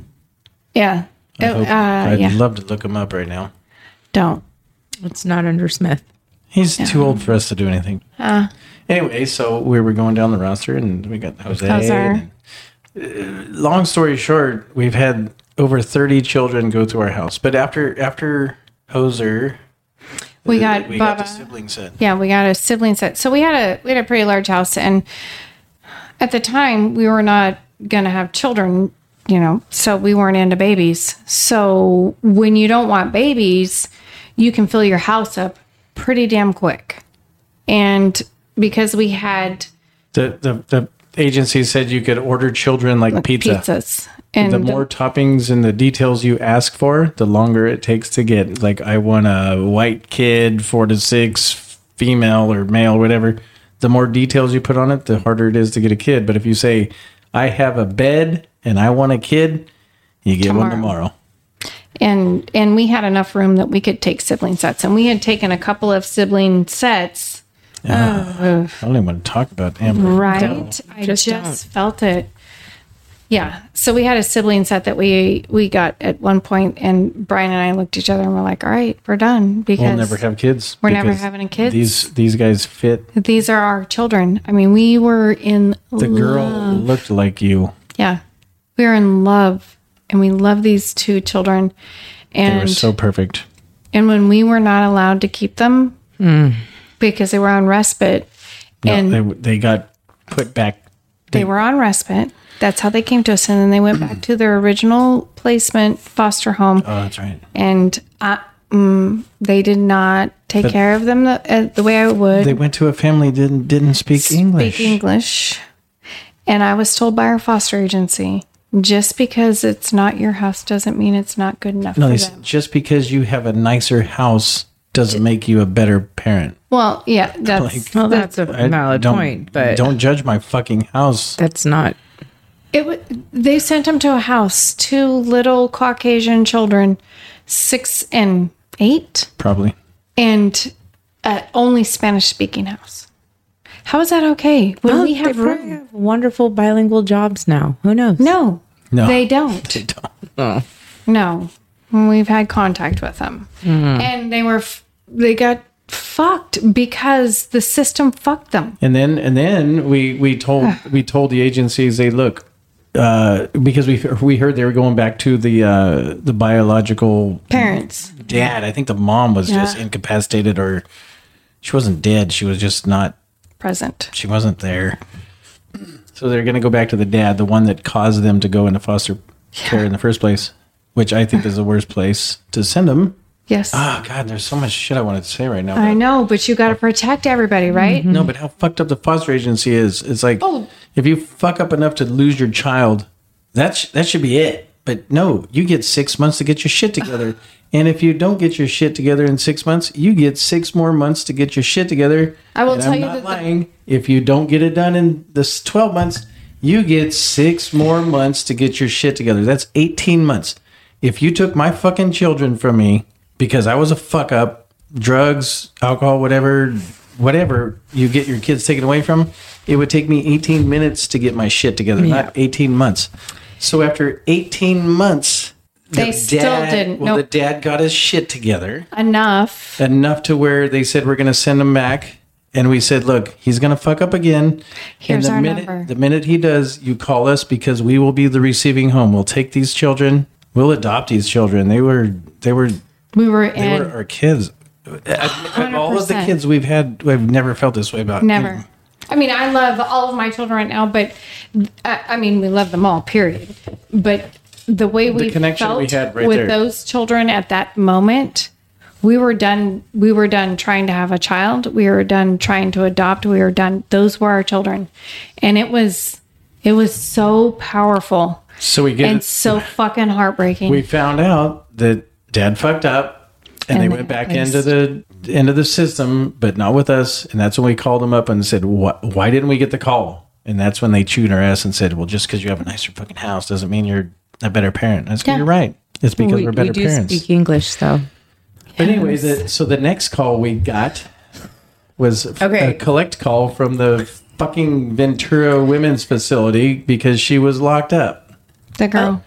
Speaker 3: Yeah.
Speaker 1: I
Speaker 3: Oh,
Speaker 1: hope-
Speaker 3: uh,
Speaker 1: I'd
Speaker 3: yeah.
Speaker 1: love to look him up right now.
Speaker 3: Don't.
Speaker 2: It's not under Smith.
Speaker 1: He's too old for us to do anything.
Speaker 3: Uh.
Speaker 1: anyway, so we were going down the roster and we got Jose.
Speaker 3: How's our-
Speaker 1: and- Uh, long story short, we've had over 30 children go through our house. But after after Hoser, uh,
Speaker 3: We got
Speaker 1: we got
Speaker 3: Bubba.
Speaker 1: the sibling set.
Speaker 3: yeah, we got a sibling set. So we had a we had a pretty large house, and at the time we were not gonna have children, you know, so we weren't into babies. So when you don't want babies, you can fill your house up pretty damn quick, and because we had
Speaker 1: The, the, the agency said you could order children like pizza.
Speaker 3: pizzas and uh,
Speaker 1: The more toppings and the details you ask for, the longer it takes to get. Like, I want a white kid, four to six, female or male, whatever. The more details you put on it, the harder it is to get a kid. But if you say, I have a bed and I want a kid, you get one
Speaker 3: Tomorrow.
Speaker 1: tomorrow.
Speaker 3: and and we had enough room that we could take sibling sets and we had taken a couple of sibling sets
Speaker 1: I don't even want to talk about Amber.
Speaker 3: right i just,
Speaker 2: just
Speaker 3: felt it yeah so we had a sibling set that we we got at one point and brian and i looked at each other and we're like all right we're done because
Speaker 1: We'll never have kids.
Speaker 3: we're never
Speaker 1: because
Speaker 3: having a kid.
Speaker 1: These these guys fit.
Speaker 3: these are our children i mean we were in
Speaker 1: The girl looked like you.
Speaker 3: yeah we were in love and we love these two children
Speaker 1: They were
Speaker 3: and
Speaker 1: so perfect.
Speaker 3: and when we were not allowed to keep them because they were on respite
Speaker 1: Hmm. No,
Speaker 3: and
Speaker 1: they they got put back
Speaker 3: they were on respite. That's how they came to us, and then they went back to their original placement foster home,
Speaker 1: Oh, that's right.
Speaker 3: and I, mm, they did not take care of them the, uh, the way I would
Speaker 1: They went to a family didn't didn't speak English.
Speaker 3: speak English. And I was told by our foster agency, just because it's not your house doesn't mean it's not good enough
Speaker 1: no,
Speaker 3: for
Speaker 1: they, s-
Speaker 3: them.
Speaker 1: just because you have a nicer house doesn't make you a better parent.
Speaker 3: Well, yeah, that's
Speaker 2: Well, that's a
Speaker 1: I
Speaker 2: valid
Speaker 1: don't-
Speaker 2: point, but
Speaker 1: don't judge my fucking house.
Speaker 2: that's not.
Speaker 3: It wa they sent him to a house, two little Caucasian children, six and eight,
Speaker 1: Probably
Speaker 3: and uh, only Spanish speaking house. How is that okay? When we have room?
Speaker 2: Oh, wonderful bilingual jobs now. Who knows?
Speaker 3: No,
Speaker 1: No.
Speaker 3: they don't.
Speaker 1: they don't.
Speaker 3: No, we've had contact with them, and they were f- they got fucked because the system fucked them.
Speaker 1: And then and then we we told we told the agencies they look uh, because we we heard they were going back to the uh, the biological
Speaker 3: Parents,
Speaker 1: dad. I think the mom was just
Speaker 3: Yeah.
Speaker 1: incapacitated or she wasn't dead. She was just not
Speaker 3: present.
Speaker 1: she wasn't there. So they're going to go back to the dad, the one that caused them to go into foster care in the first place, which I think is the worst place to send them.
Speaker 3: Yes,
Speaker 1: Oh God, there's so much shit I wanted to say right now.
Speaker 3: I
Speaker 1: but-
Speaker 3: know, but you got to protect everybody, right?
Speaker 1: No, but how fucked up the foster agency is. It's like
Speaker 3: Oh.
Speaker 1: if you fuck up enough to lose your child, that's that should be it. But no, you get six months to get your shit together. And if you don't get your shit together in six months, you get six more months to get your shit together.
Speaker 3: I will
Speaker 1: And
Speaker 3: tell
Speaker 1: I'm
Speaker 3: you
Speaker 1: not
Speaker 3: that the-
Speaker 1: lying. If you don't get it done in this twelve months, you get six more months to get your shit together. That's eighteen months. If you took my fucking children from me because I was a fuck up, drugs, alcohol, whatever, whatever you get your kids taken away from, it would take me eighteen minutes to get my shit together, not eighteen months. So after eighteen months,
Speaker 3: They still didn't.
Speaker 1: Well,
Speaker 3: Nope.
Speaker 1: the dad got his shit together
Speaker 3: Enough.
Speaker 1: enough to where they said we're going to send him back and we said look he's going to fuck up again and
Speaker 3: Here's
Speaker 1: the
Speaker 3: our
Speaker 1: minute
Speaker 3: number.
Speaker 1: the minute he does you call us because we will be the receiving home we'll take these children we'll adopt these children they were they were
Speaker 3: We were
Speaker 1: they
Speaker 3: in
Speaker 1: were our kids I- all of the
Speaker 3: 100%.
Speaker 1: kids we've had we've never felt this way about
Speaker 3: Never. I mean, I love all of my children right now, but I, I mean, we love them all, period. But the way we
Speaker 1: connection
Speaker 3: felt
Speaker 1: we had right
Speaker 3: with
Speaker 1: there.
Speaker 3: those children at that moment, we were done. We were done trying to have a child. We were done trying to adopt. We were done. Those were our children, and it was, it was so powerful.
Speaker 1: So we get
Speaker 3: and so fucking heartbreaking.
Speaker 1: we found out that dad fucked up and,
Speaker 3: And
Speaker 1: they
Speaker 3: they
Speaker 1: went back
Speaker 3: replaced-
Speaker 1: into the into the system but not with us and that's when we called them up and said "Wh- why didn't we get the call and that's when they chewed our ass and said well just because you have a nicer fucking house doesn't mean you're a better parent that's
Speaker 3: Yeah.
Speaker 1: you're right it's because
Speaker 2: we,
Speaker 1: we, are
Speaker 2: we
Speaker 1: better
Speaker 2: do
Speaker 1: parents
Speaker 2: speak English though.
Speaker 1: but anyway the, so the next call we got was f-
Speaker 2: Okay.
Speaker 1: a collect call from the fucking ventura women's facility because she was locked up
Speaker 3: the girl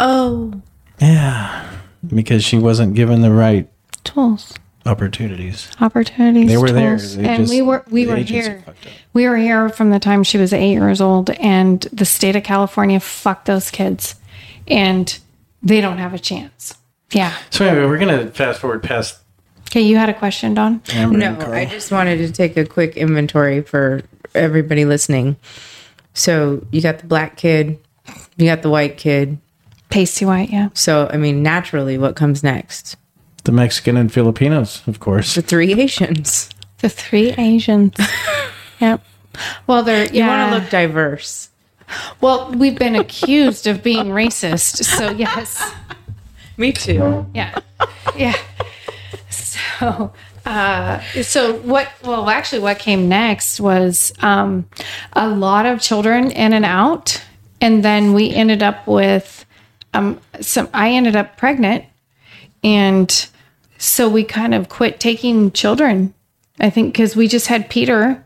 Speaker 1: uh,
Speaker 2: Oh,
Speaker 1: yeah because she wasn't given the right
Speaker 3: tools,
Speaker 1: opportunities
Speaker 3: opportunities.
Speaker 1: They were there.
Speaker 3: tools.
Speaker 1: They
Speaker 3: and
Speaker 1: just-
Speaker 3: we were we
Speaker 1: the
Speaker 3: were
Speaker 1: agency
Speaker 3: here.
Speaker 1: fucked up.
Speaker 3: We were here from the time she was eight years old, and the state of California fucked those kids, and they don't have a chance. Yeah.
Speaker 1: So anyway, we're gonna fast forward past
Speaker 3: Okay, you had a question, Don.
Speaker 1: Amber
Speaker 2: no.
Speaker 1: and Carl.
Speaker 2: I just wanted to take a quick inventory for everybody listening. So you got the black kid, you got the white kid.
Speaker 3: Pasty White. Yeah.
Speaker 2: So I mean, naturally, what comes next?
Speaker 1: the Mexican and Filipinos, of course.
Speaker 2: The three Asians.
Speaker 3: The three Asians. yep. Well, they're
Speaker 2: You
Speaker 3: yeah.
Speaker 2: want to look diverse.
Speaker 3: Well, we've been accused of being racist, so yes,
Speaker 2: Me too.
Speaker 3: yeah, yeah. So, uh, so what? Well, actually, what came next was um, a lot of children in and out, and then we ended up with um, some. I ended up pregnant, and so we kind of quit taking children. I think because we just had Peter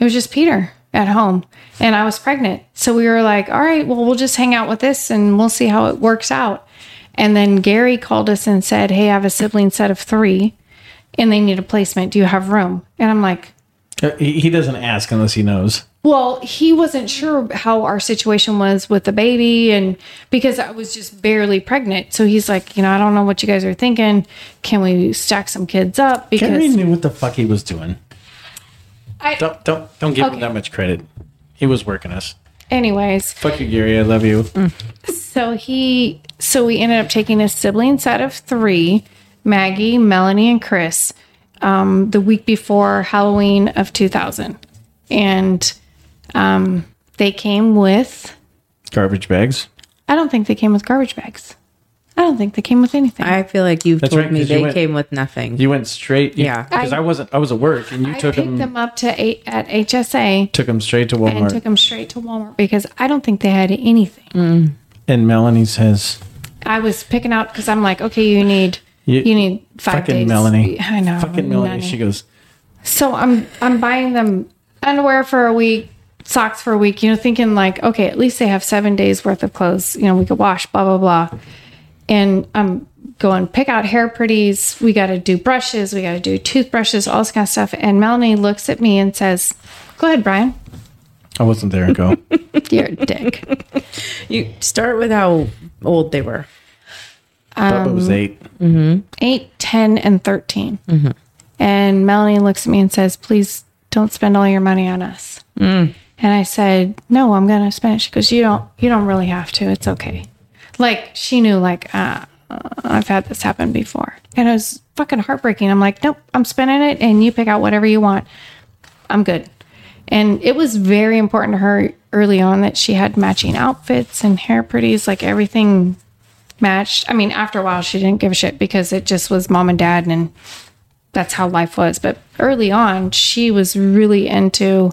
Speaker 3: it was just Peter at home and I was pregnant. So we were like, all right, well, we'll just hang out with this and we'll see how it works out. And then Gary called us and said, hey, I have a sibling set of three and they need a placement. Do you have room? And I'm like,
Speaker 1: Uh, He, he doesn't ask unless he knows.
Speaker 3: well, he wasn't sure how our situation was with the baby, and because I was just barely pregnant, so he's like, you know, I don't know what you guys are thinking. Can we stack some kids up?
Speaker 1: Gary
Speaker 3: Because
Speaker 1: knew what the fuck he was doing.
Speaker 3: I,
Speaker 1: Don't don't don't give him
Speaker 3: Okay.
Speaker 1: that much credit. He was working us.
Speaker 3: anyways,
Speaker 1: Fuck you, Gary. I love you.
Speaker 3: Mm. So he, so we ended up taking a sibling set of three Maggie, Melanie, and Chris um, the week before Halloween of 2000. And um, they came with,
Speaker 1: Garbage bags.
Speaker 3: I don't think they came with garbage bags. I don't think they came with anything.
Speaker 2: I feel like you've
Speaker 1: That's
Speaker 2: told
Speaker 1: right,
Speaker 2: me
Speaker 1: 'cause you
Speaker 2: they
Speaker 1: went-
Speaker 2: came with nothing.
Speaker 1: You went straight.
Speaker 2: Yeah.
Speaker 1: Because I,
Speaker 3: I-
Speaker 1: wasn't. I was at work, and you
Speaker 3: I
Speaker 1: took
Speaker 3: picked
Speaker 1: him
Speaker 3: them up to a, at HSA
Speaker 1: took him straight to
Speaker 3: and
Speaker 1: Walmart. Mm.
Speaker 3: took them straight to Walmart because I don't think they had anything.
Speaker 1: and Melanie says,
Speaker 3: I was picking out because I'm like, okay, you need
Speaker 1: You-
Speaker 3: you, need five
Speaker 1: "Fucking
Speaker 3: days.
Speaker 1: Melanie.
Speaker 3: I know.
Speaker 1: Fucking Melanie."
Speaker 3: nanny.
Speaker 1: She goes,
Speaker 3: So I'm I'm buying them underwear for a week, socks for a week, you know, thinking like, okay, at least they have seven days worth of clothes, you know, we could wash, blah, blah, blah. And I'm going pick out hair pretties, we gotta do brushes, we gotta do toothbrushes, all this kind of stuff. And Melanie looks at me and says, Go ahead, Brian.
Speaker 1: "I wasn't there." And go.
Speaker 3: You're a dick.
Speaker 2: You start with how old they were.
Speaker 1: Bubba
Speaker 3: Um,
Speaker 1: was eight.
Speaker 3: Eight, ten, and 13. And Melanie looks at me and says, Please don't spend all your money on us. And I said, No, I'm going to spend it. She goes, You don't, you don't really have to. It's okay. Like she knew, like, uh, I've had this happen before. And it was fucking heartbreaking. I'm like, Nope, I'm spending it and you pick out whatever you want. I'm good. And it was very important to her early on that she had matching outfits and hair pretties, like everything matched. I mean, after a while, she didn't give a shit because it just was mom and dad, and that's how life was. But early on, she was really into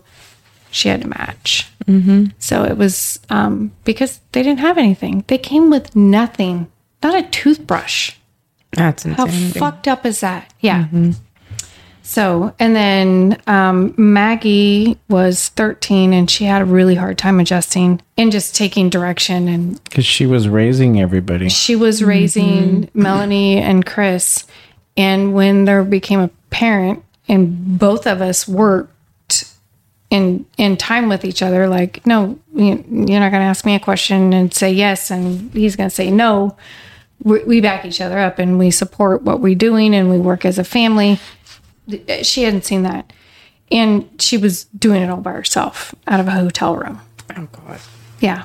Speaker 3: she had to match. Mm-hmm. So it was um, because they didn't have anything. They came with nothing, not a toothbrush.
Speaker 2: That's
Speaker 3: How
Speaker 2: insane.
Speaker 3: fucked up is that? Yeah. So, and then um, Maggie was 13 and she had a really hard time adjusting and just taking direction and
Speaker 1: Because she was raising everybody.
Speaker 3: she was raising Melanie and Chris. And when there became a parent and both of us worked in in time with each other, like, no, you- you're not going to ask me a question and say yes, and he's going to say no. We, we back each other up and we support what we're doing and we work as a family. She hadn't seen that. And she was doing it all by herself out of a hotel room.
Speaker 2: Oh god.
Speaker 3: Yeah.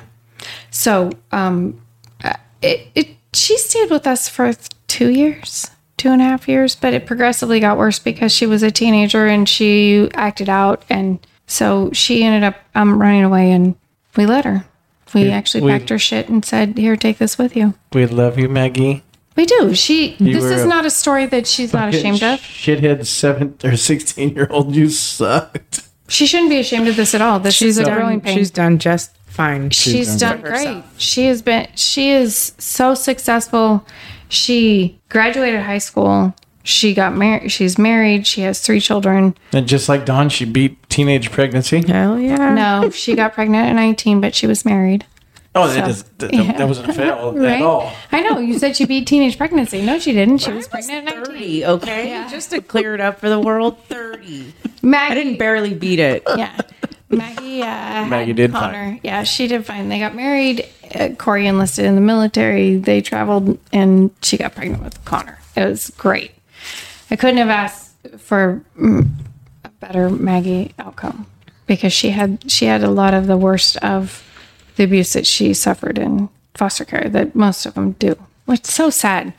Speaker 3: So um, uh, it, it she stayed with us for th- two years, two and a half years, but it progressively got worse because she was a teenager and she acted out, and so she ended up um, running away, and we let her. We actually
Speaker 1: we-
Speaker 3: packed her shit and said, "Here, take this with you."
Speaker 1: We love you, Maggie.
Speaker 3: We do. She.
Speaker 1: You
Speaker 3: this
Speaker 1: were
Speaker 3: is
Speaker 1: a
Speaker 3: not a story that she's not ashamed of.
Speaker 1: Shithead seven or sixteen year old, you sucked.
Speaker 3: She shouldn't be ashamed of this at all. This is a growing pain.
Speaker 2: She's done just fine.
Speaker 3: she's, done,
Speaker 2: great.
Speaker 3: great. She has been she is so successful. She graduated high school. She got married. She's married. She has three children.
Speaker 1: And just like Dawn, she beat teenage pregnancy.
Speaker 2: Hell yeah.
Speaker 3: No, she got pregnant at 19, but she was married.
Speaker 1: Oh, that, is, that, that wasn't a fail at
Speaker 3: Right?
Speaker 1: all.
Speaker 3: I know. You said she beat teenage pregnancy. No, she didn't. She was pregnant at 19.
Speaker 2: 30, okay? Just to clear it up for the world, 30.
Speaker 3: Maggie,
Speaker 2: I didn't barely beat it.
Speaker 3: Yeah. Maggie, uh, had
Speaker 1: Maggie did fine.
Speaker 3: Connor. Yeah, she did fine. They got married. Uh, Corey enlisted in the military. They traveled, and she got pregnant with Connor. It was great. I couldn't have asked for mm, a better Maggie outcome because she had she had a lot of the worst of the abuse that she suffered in foster care that most of them do. It's so sad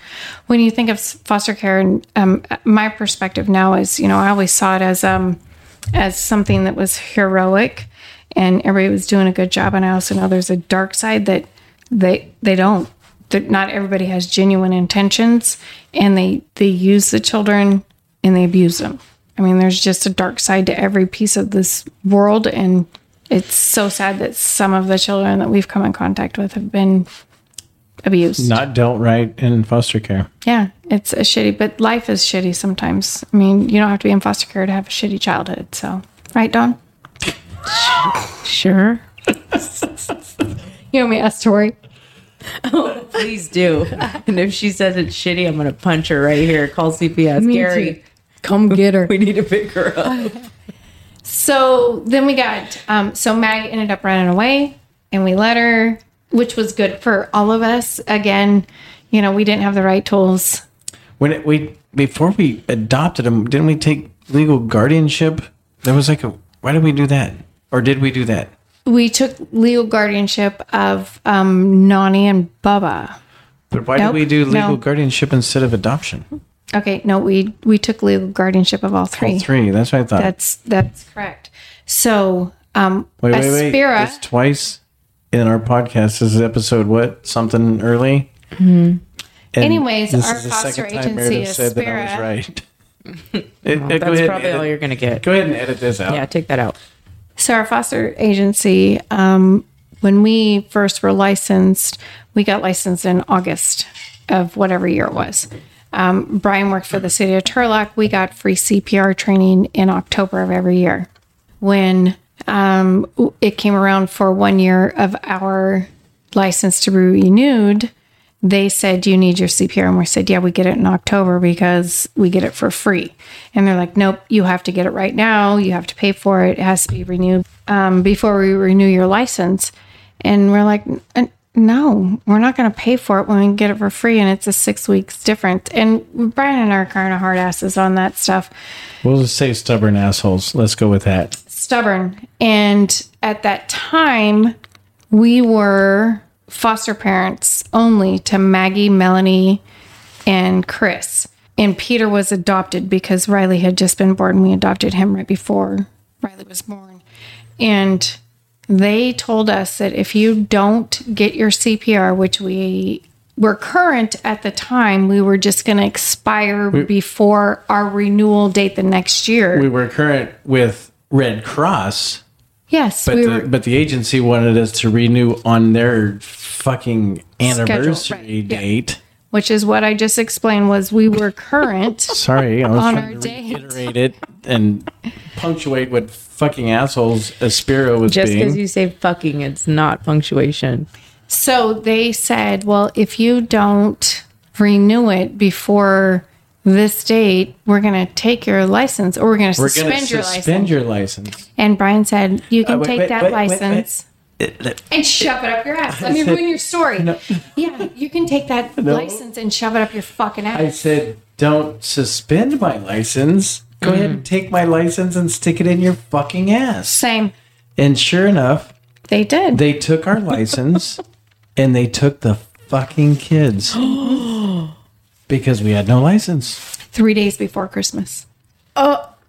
Speaker 3: when you think of s- foster care. And um, my perspective now is, you know, I always saw it as um, as something that was heroic and everybody was doing a good job and i also know there's a dark side that they they don't that not everybody has genuine intentions and they they use the children and they abuse them i mean there's just a dark side to every piece of this world and it's so sad that some of the children that we've come in contact with have been abused
Speaker 1: Not dealt right in foster care.
Speaker 3: yeah, it's a shitty, but life is shitty sometimes. I mean, you don't have to be in foster care to have a shitty childhood. So, right, Dawn?
Speaker 2: Sure.
Speaker 3: You owe me a story.
Speaker 2: Please do. And if she says it's shitty, I'm going to punch her right here. Call CPS. Gary,
Speaker 3: Come get her.
Speaker 2: we need to pick her up.
Speaker 3: So then we got, um, so Mag ended up running away and we let her, which was good for all of us. Again, you know, we didn't have the right tools.
Speaker 1: When it, we before we adopted him, didn't we take legal guardianship? There was like a why did we do that, or did we do that?
Speaker 3: We took legal guardianship of um, Nani and Bubba.
Speaker 1: But why
Speaker 3: Nope,
Speaker 1: did we do legal
Speaker 3: no.
Speaker 1: guardianship instead of adoption?
Speaker 3: Okay, no, we we took legal guardianship of all three.
Speaker 1: All three. That's what I thought.
Speaker 3: That's that's correct. So um,
Speaker 1: wait, wait, wait.
Speaker 3: Aspira.
Speaker 1: It's twice in our podcast. This is episode what something early. And
Speaker 3: Mm-hmm. Anyways,
Speaker 1: this
Speaker 3: our
Speaker 1: is the
Speaker 3: foster
Speaker 1: second time
Speaker 3: agency
Speaker 1: Meredith said that I was
Speaker 3: Aspira-
Speaker 1: right. It- it- go
Speaker 2: That's
Speaker 1: ahead,
Speaker 2: probably
Speaker 1: edit-
Speaker 2: all you're going to get.
Speaker 1: Go ahead and edit this out.
Speaker 2: Yeah, take that out.
Speaker 3: So our foster agency, um, when we first were licensed, we got licensed in August of whatever year it was. Um, Brian worked for the city of Turlock. We got free CPR training in October of every year. When um, w- it came around for one year of our license to be renewed, they said, Do you need your CPR? And we said, Yeah, we get it in October because we get it for free. And they're like, Nope, you have to get it right now. You have to pay for it. It has to be renewed um, before we renew your license. And we're like, "N- No, we're not going to pay for it when we get it for free. And it's a six weeks difference. And Brian and I are kind of hard asses on that stuff
Speaker 1: We'll just say stubborn assholes. Let's go with that.
Speaker 3: stubborn. And at that time, we were foster parents only to Maggie, Melanie, and Chris. And Peter was adopted because Riley had just been born. We adopted him right before Riley was born. And they told us that if you don't get your CPR, which we were current at the time, we were just going to expire before our renewal date the next year.
Speaker 1: We were current with Red Cross,
Speaker 3: yes,
Speaker 1: but
Speaker 3: we
Speaker 1: the, but the agency wanted us to renew on their fucking
Speaker 3: right,
Speaker 1: anniversary
Speaker 3: yeah.
Speaker 1: date.
Speaker 3: which is what I just explained was we were current.
Speaker 1: Sorry, I was
Speaker 3: On
Speaker 1: trying
Speaker 3: our
Speaker 1: to
Speaker 3: date.
Speaker 1: reiterate it and punctuate what fucking assholes Aspira was
Speaker 2: Just because
Speaker 1: being.
Speaker 2: you say fucking, it's not punctuation.
Speaker 3: so they said, well, if you don't renew it before this date, we're going to take your license or we're going to
Speaker 1: We're going to
Speaker 3: suspend your
Speaker 1: suspend
Speaker 3: license.
Speaker 1: your license.
Speaker 3: And Brian said, you can
Speaker 1: Uh, wait,
Speaker 3: take
Speaker 1: wait,
Speaker 3: that
Speaker 1: wait, wait, wait.
Speaker 3: license. And shove it up your ass. Let me
Speaker 1: said-
Speaker 3: ruin your story. Yeah, you can take that
Speaker 1: No.
Speaker 3: license and shove it up your fucking ass.
Speaker 1: I said, don't suspend my license. Go ahead and take my license and stick it in your fucking ass.
Speaker 3: Mm. Same.
Speaker 1: And sure enough,
Speaker 3: They did.
Speaker 1: they took our license and they took the fucking kids because we had no license.
Speaker 3: Three days before Christmas.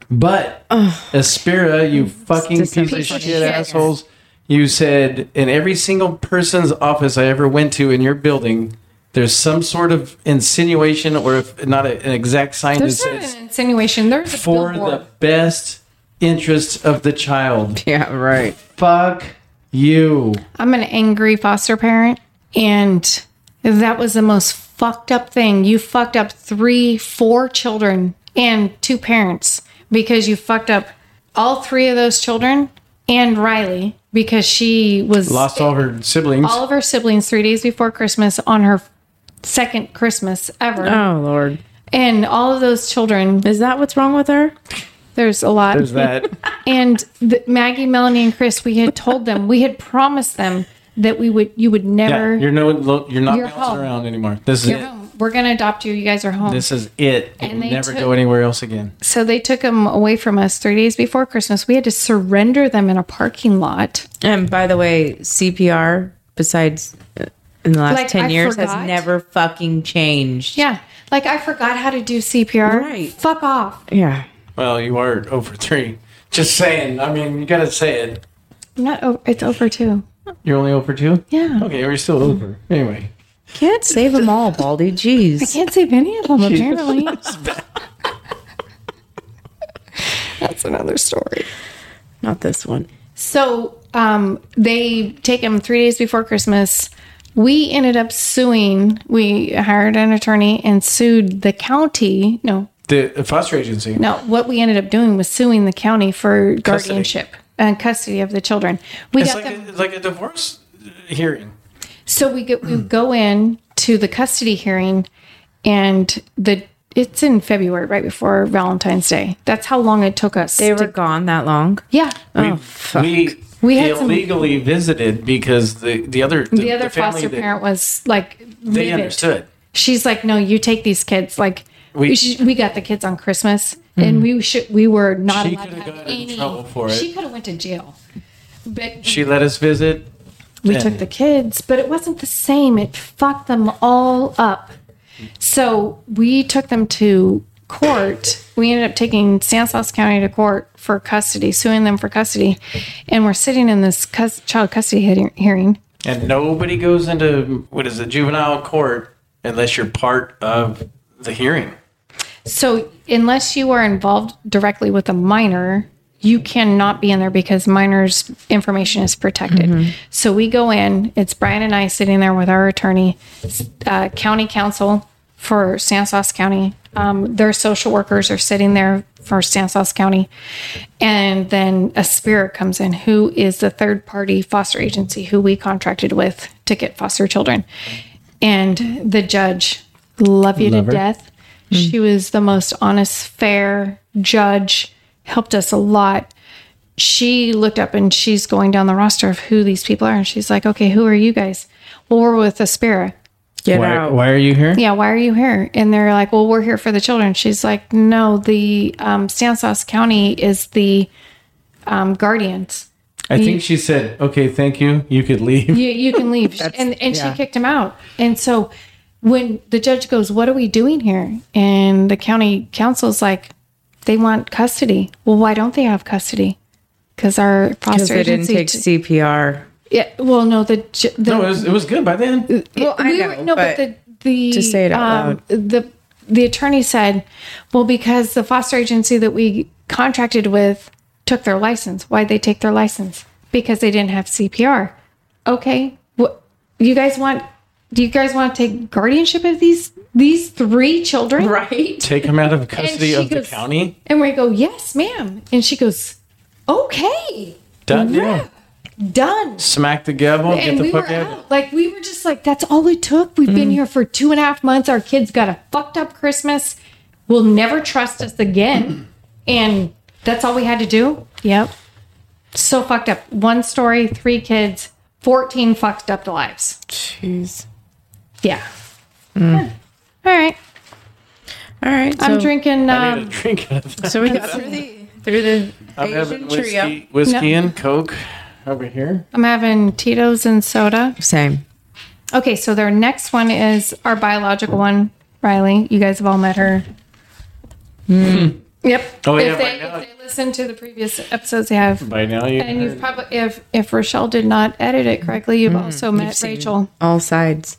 Speaker 1: But Aspira, you fucking piece
Speaker 2: December
Speaker 1: of shit
Speaker 2: 26th.
Speaker 1: assholes, You said in every single person's office I ever went to in your building, there's some sort of insinuation, or if not a, an exact sign that
Speaker 3: There's not
Speaker 1: says
Speaker 3: an insinuation. There's a
Speaker 1: for
Speaker 3: billboard.
Speaker 1: the best interest of the child.
Speaker 2: Yeah, right.
Speaker 1: Fuck you.
Speaker 3: I'm an angry foster parent, and that was the most fucked up thing. You fucked up three, four children and two parents because you fucked up all three of those children and Riley because she was
Speaker 1: Lost all her siblings.
Speaker 3: all of her siblings three days before Christmas on her second Christmas ever.
Speaker 1: Uh.
Speaker 2: Oh Lord,
Speaker 3: And all of those children,
Speaker 2: is that what's wrong with her?
Speaker 3: there's a lot.
Speaker 1: There's that.
Speaker 3: and the, Maggie, Melanie, and Chris, we had told them, we had promised them that we would, you would
Speaker 1: Yeah,
Speaker 3: never.
Speaker 1: you're no, you're not
Speaker 3: You're
Speaker 1: bouncing
Speaker 3: home.
Speaker 1: around anymore. This is
Speaker 3: You're
Speaker 1: it.
Speaker 3: home. We're gonna adopt you. You guys are home.
Speaker 1: This is it.
Speaker 3: And
Speaker 1: You'll
Speaker 3: they
Speaker 1: never
Speaker 3: took-
Speaker 1: go anywhere else again.
Speaker 3: so they took them away from us three days before Christmas. We had to surrender them in a parking lot.
Speaker 2: And by the way, CPR besides uh, in the last
Speaker 3: Like,
Speaker 2: ten
Speaker 3: I
Speaker 2: years
Speaker 3: forgot.
Speaker 2: has never fucking changed.
Speaker 3: Yeah, like I forgot how to do CPR.
Speaker 2: Right.
Speaker 3: Fuck off.
Speaker 2: Yeah.
Speaker 1: Well, you are over three. Just saying. I mean, you gotta say it.
Speaker 3: I'm not. Over, it's over too.
Speaker 1: You're only over two.
Speaker 3: Yeah.
Speaker 1: Okay, we're still over. Anyway,
Speaker 2: Can't save them all, Baldy. Jeez.
Speaker 3: Can't save any of them. Apparently, that's another story.
Speaker 2: Not this one.
Speaker 3: So um, they take him three days before Christmas. We ended up suing. We hired an attorney and sued the county. No,
Speaker 1: the foster agency.
Speaker 3: no. What we ended up doing was suing the county for guardianship and custody of the children. We
Speaker 1: It's
Speaker 3: got
Speaker 1: like
Speaker 3: them.
Speaker 1: a, it's like a divorce hearing.
Speaker 3: So we go, we go in to the custody hearing, and the it's in February, right before Valentine's Day. That's how long it took us.
Speaker 2: They
Speaker 3: to-
Speaker 2: were gone that long.
Speaker 3: yeah.
Speaker 2: Oh fuck.
Speaker 1: We
Speaker 3: We had some-
Speaker 1: illegally visited because the the other the,
Speaker 3: The other
Speaker 1: family
Speaker 3: foster
Speaker 1: that-
Speaker 3: parent was like,
Speaker 1: they
Speaker 3: livid.
Speaker 1: understood.
Speaker 3: She's like, no, you take these kids. Like
Speaker 1: We-
Speaker 3: we sh we got the kids on Christmas,
Speaker 2: Mm-hmm.
Speaker 3: and we should we were not
Speaker 1: She
Speaker 3: allowed to
Speaker 1: coulda
Speaker 3: have
Speaker 1: gotten in
Speaker 3: any.
Speaker 1: trouble for
Speaker 3: She
Speaker 1: it.
Speaker 3: could have went to jail, but
Speaker 1: She let us visit.
Speaker 3: we
Speaker 1: Yeah.
Speaker 3: took the kids, but it wasn't the same. It fucked them all up. So we took them to court. We ended up taking Stanislaus County to court for custody, suing them for custody. And we're sitting in this cus- child custody hear- hearing.
Speaker 1: And nobody goes into what is it, juvenile court unless you're part of the hearing.
Speaker 3: So unless you are involved directly with a minor, you cannot be in there because minors' information is protected. So we go in. It's Brian and I sitting there with our attorney, uh, county counsel for Stanislaus County. Um, their social workers are sitting there for Stanislaus County, and then a spirit comes in, who is the third party foster agency who we contracted with to get foster children, and the judge, love you
Speaker 1: Love
Speaker 3: to
Speaker 1: her.
Speaker 3: death death. She was the most honest, fair judge, helped us a lot. She looked up and she's going down the roster of who these people are. And she's like, okay, who are you guys? Well, we're with Aspira.
Speaker 2: Get
Speaker 1: Why,
Speaker 2: out.
Speaker 1: why are you here?
Speaker 3: Yeah, why are you here? And they're like, well, we're here for the children. She's like, no, the um, Stanislaus County is the um, guardians.
Speaker 1: I think she said, "Okay, thank you. You could leave."
Speaker 3: You, you can leave. and and
Speaker 2: yeah.
Speaker 3: she kicked him out. And so when the judge goes, What are we doing here? And the county council's like, They want custody. Well, why don't they have custody? Because our
Speaker 2: Because
Speaker 3: foster
Speaker 2: they didn't
Speaker 3: agency.
Speaker 2: take
Speaker 3: t-
Speaker 2: CPR.
Speaker 3: yeah, well, no, the. ju- the
Speaker 1: No, it was, it was good by then.
Speaker 2: Well, I
Speaker 3: we
Speaker 2: know,
Speaker 3: were- no, but,
Speaker 2: but
Speaker 3: the, the
Speaker 2: to say it out
Speaker 3: loud. The the attorney said, "Well, because the foster agency that we contracted with took their license. Why'd they take their license? Because they didn't have CPR. Okay, what you guys want? Do you guys want to take guardianship of these these three children?
Speaker 2: Right.
Speaker 1: Take him out of custody
Speaker 3: she
Speaker 1: of the
Speaker 3: goes-
Speaker 1: county.
Speaker 3: And we go, yes, ma'am. And she goes, okay,
Speaker 1: Done. Yeah.
Speaker 3: done.
Speaker 1: Smack the gavel.
Speaker 3: and
Speaker 1: get the
Speaker 3: we were
Speaker 1: fuck out. Mm-hmm.
Speaker 3: out. Like we were just like, that's all it took. We've been here for two and a half months. Our kids got a fucked up Christmas. Will never trust us again. And that's all we had to do. Yep. So fucked up. One story, three kids, fourteen fucked up lives.
Speaker 2: Jeez.
Speaker 3: Yeah. Yeah. All right.
Speaker 2: All right. So,
Speaker 3: I'm drinking.
Speaker 1: I need a
Speaker 3: Um,
Speaker 1: drink out of that.
Speaker 2: so we got through the through the
Speaker 1: I'm
Speaker 2: Asian
Speaker 1: having
Speaker 2: trio.
Speaker 1: whiskey, whiskey and Coke over here.
Speaker 3: I'm having Tito's and soda.
Speaker 2: Same.
Speaker 3: Okay, so their next one is our biological one, Riley. You guys have all met her. Hmm. Yep.
Speaker 1: Oh, yeah,
Speaker 3: if, they,
Speaker 1: by now-
Speaker 3: if they listen to the previous episodes, they have.
Speaker 1: By now, you
Speaker 3: And you've probably, if if Rochelle did not edit it correctly, Hmm. you've also met Rachel.
Speaker 2: all sides.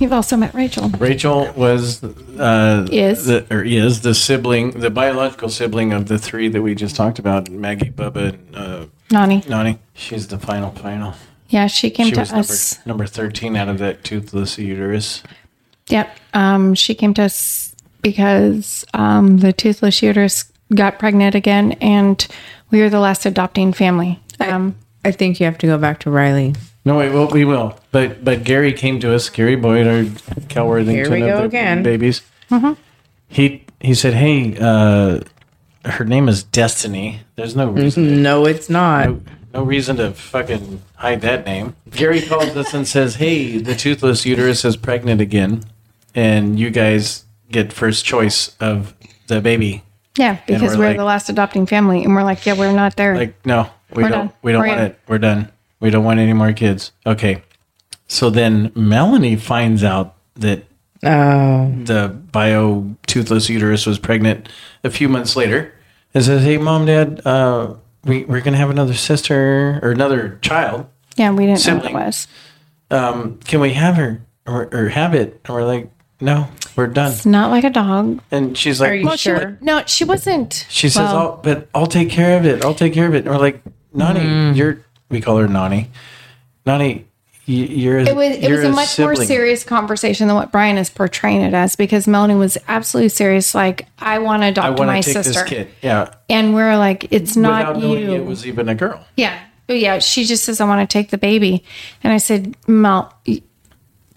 Speaker 3: You've also met Rachel.
Speaker 1: Rachel was uh,
Speaker 3: Is.
Speaker 1: the, or is the sibling, the biological sibling of the three that we just talked about: Maggie, Bubba, and uh,
Speaker 3: Nani.
Speaker 1: Nani. She's the final final.
Speaker 3: Yeah, she came
Speaker 1: She
Speaker 3: to
Speaker 1: was number,
Speaker 3: us.
Speaker 1: number thirteen out of that toothless uterus.
Speaker 3: Yep. Um, she came to us because um, the toothless uterus got pregnant again, and we were the last adopting family. Um,
Speaker 2: I think you have to go back to Riley.
Speaker 1: No, wait, well, we will. But but Gary came to us, Gary Boyd, our Cal Worthington
Speaker 2: we go
Speaker 1: of the
Speaker 2: again.
Speaker 1: babies. He he said, "Hey, uh, her name is Destiny. There's no reason
Speaker 2: No, it's not.
Speaker 1: no, no reason to fucking hide that name. Gary calls us and says, "Hey, the toothless uterus is pregnant again, and you guys get first choice of the baby."
Speaker 3: yeah, because
Speaker 1: we're
Speaker 3: we're,
Speaker 1: like-
Speaker 3: the last adopting family, and we're like, yeah, we're not there.
Speaker 1: Like, no, we
Speaker 3: We're
Speaker 1: don't.
Speaker 3: done.
Speaker 1: We don't
Speaker 3: We're
Speaker 1: want
Speaker 3: in.
Speaker 1: it. We're done. We don't want any more kids. Okay. So then Melanie finds out that
Speaker 2: Oh,
Speaker 1: the bio toothless uterus was pregnant a few months later and says, Hey, mom, dad, uh, we, we're going to have another sister or another child.
Speaker 3: yeah, we didn't know
Speaker 1: sibling.
Speaker 3: what it was.
Speaker 1: Um, can we have her or, or have it? And we're like, No, we're done.
Speaker 3: It's not like a dog.
Speaker 1: And she's
Speaker 2: Are
Speaker 1: like,
Speaker 2: you
Speaker 1: "Well,"
Speaker 2: sure?
Speaker 3: No, she wasn't.
Speaker 1: She says,
Speaker 3: Well-
Speaker 1: "Oh, but I'll take care of it. I'll take care of it." And we're like, "Nani,
Speaker 3: Mm-hmm.
Speaker 1: you're," we call her Nani. Nani, y- "Oh, you're.
Speaker 3: It was, it was a much more serious conversation than what Brian is portraying it as because Melanie was absolutely serious. Like, I want to
Speaker 1: I
Speaker 3: adopt
Speaker 1: want
Speaker 3: my
Speaker 1: to take this
Speaker 3: sister.
Speaker 1: kid. Yeah.
Speaker 3: And we're like, it's
Speaker 1: Without
Speaker 3: not
Speaker 1: knowing
Speaker 3: you.
Speaker 1: it was even a girl.
Speaker 3: Yeah. Oh, Yeah. She just says, I want to take the baby. And I said, Mel,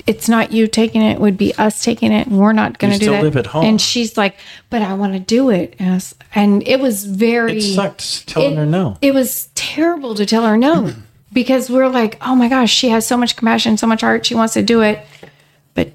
Speaker 3: it's not you taking it. It would be us taking it. And we're not going to do
Speaker 1: still
Speaker 3: that.
Speaker 1: live at home.
Speaker 3: And she's like, but I want to do it. And, I was- and it was very.
Speaker 1: It sucked telling
Speaker 3: it-
Speaker 1: her no.
Speaker 3: It was terrible to tell her no because we're like, oh my gosh, she has so much compassion, so much heart. She wants to do it. But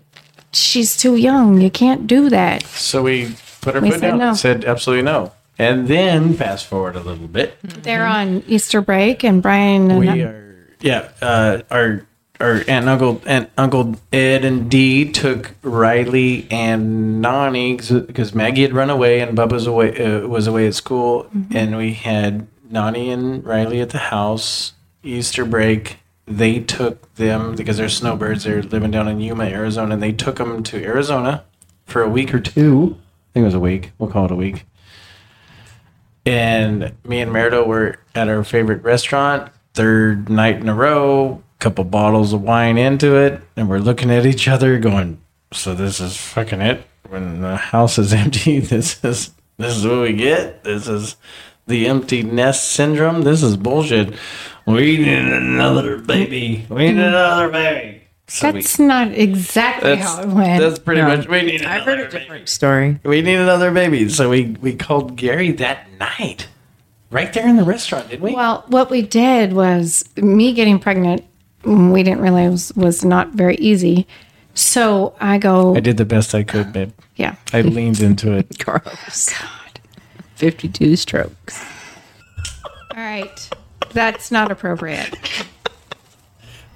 Speaker 3: she's too young. You can't do that.
Speaker 1: So we put her
Speaker 3: We
Speaker 1: foot
Speaker 3: said
Speaker 1: down
Speaker 3: no.
Speaker 1: and said absolutely no. And then fast forward a little bit.
Speaker 3: They're
Speaker 1: Mm-hmm.
Speaker 3: on Easter break, and Brian and
Speaker 1: We are yeah, uh, our our aunt and uncle aunt uncle Ed and Dee took Riley and Nani because Maggie had run away and Bubba's away uh, was away at school, and we had Nani and Riley at the house Easter break. They took them because they're snowbirds. They're living down in Yuma, Arizona, and they took them to Arizona for a week or two. I think it was a week. We'll call it a week and me and Merida were at our favorite restaurant, third night in a row, couple bottles of wine into it, and we're looking at each other going, so this is fucking it. When the house is empty, this is this is what we get. This is the empty nest syndrome. This is bullshit. We need another baby. We need another baby. So we-
Speaker 3: that's not exactly
Speaker 1: that's,
Speaker 3: how it went.
Speaker 1: that's pretty
Speaker 2: No.
Speaker 1: much. We need.
Speaker 2: I've heard
Speaker 1: another
Speaker 2: a
Speaker 1: baby.
Speaker 2: different story.
Speaker 1: We need another baby. So we, we called Gary that night. Right there in the restaurant, didn't we?
Speaker 3: Well, what we did was me getting pregnant. mm, We didn't realize was not very easy. So I go,
Speaker 1: I did the best I could, babe.
Speaker 3: yeah,
Speaker 1: I leaned into it.
Speaker 2: Carlos. God. 52 strokes.
Speaker 3: all right, that's not appropriate.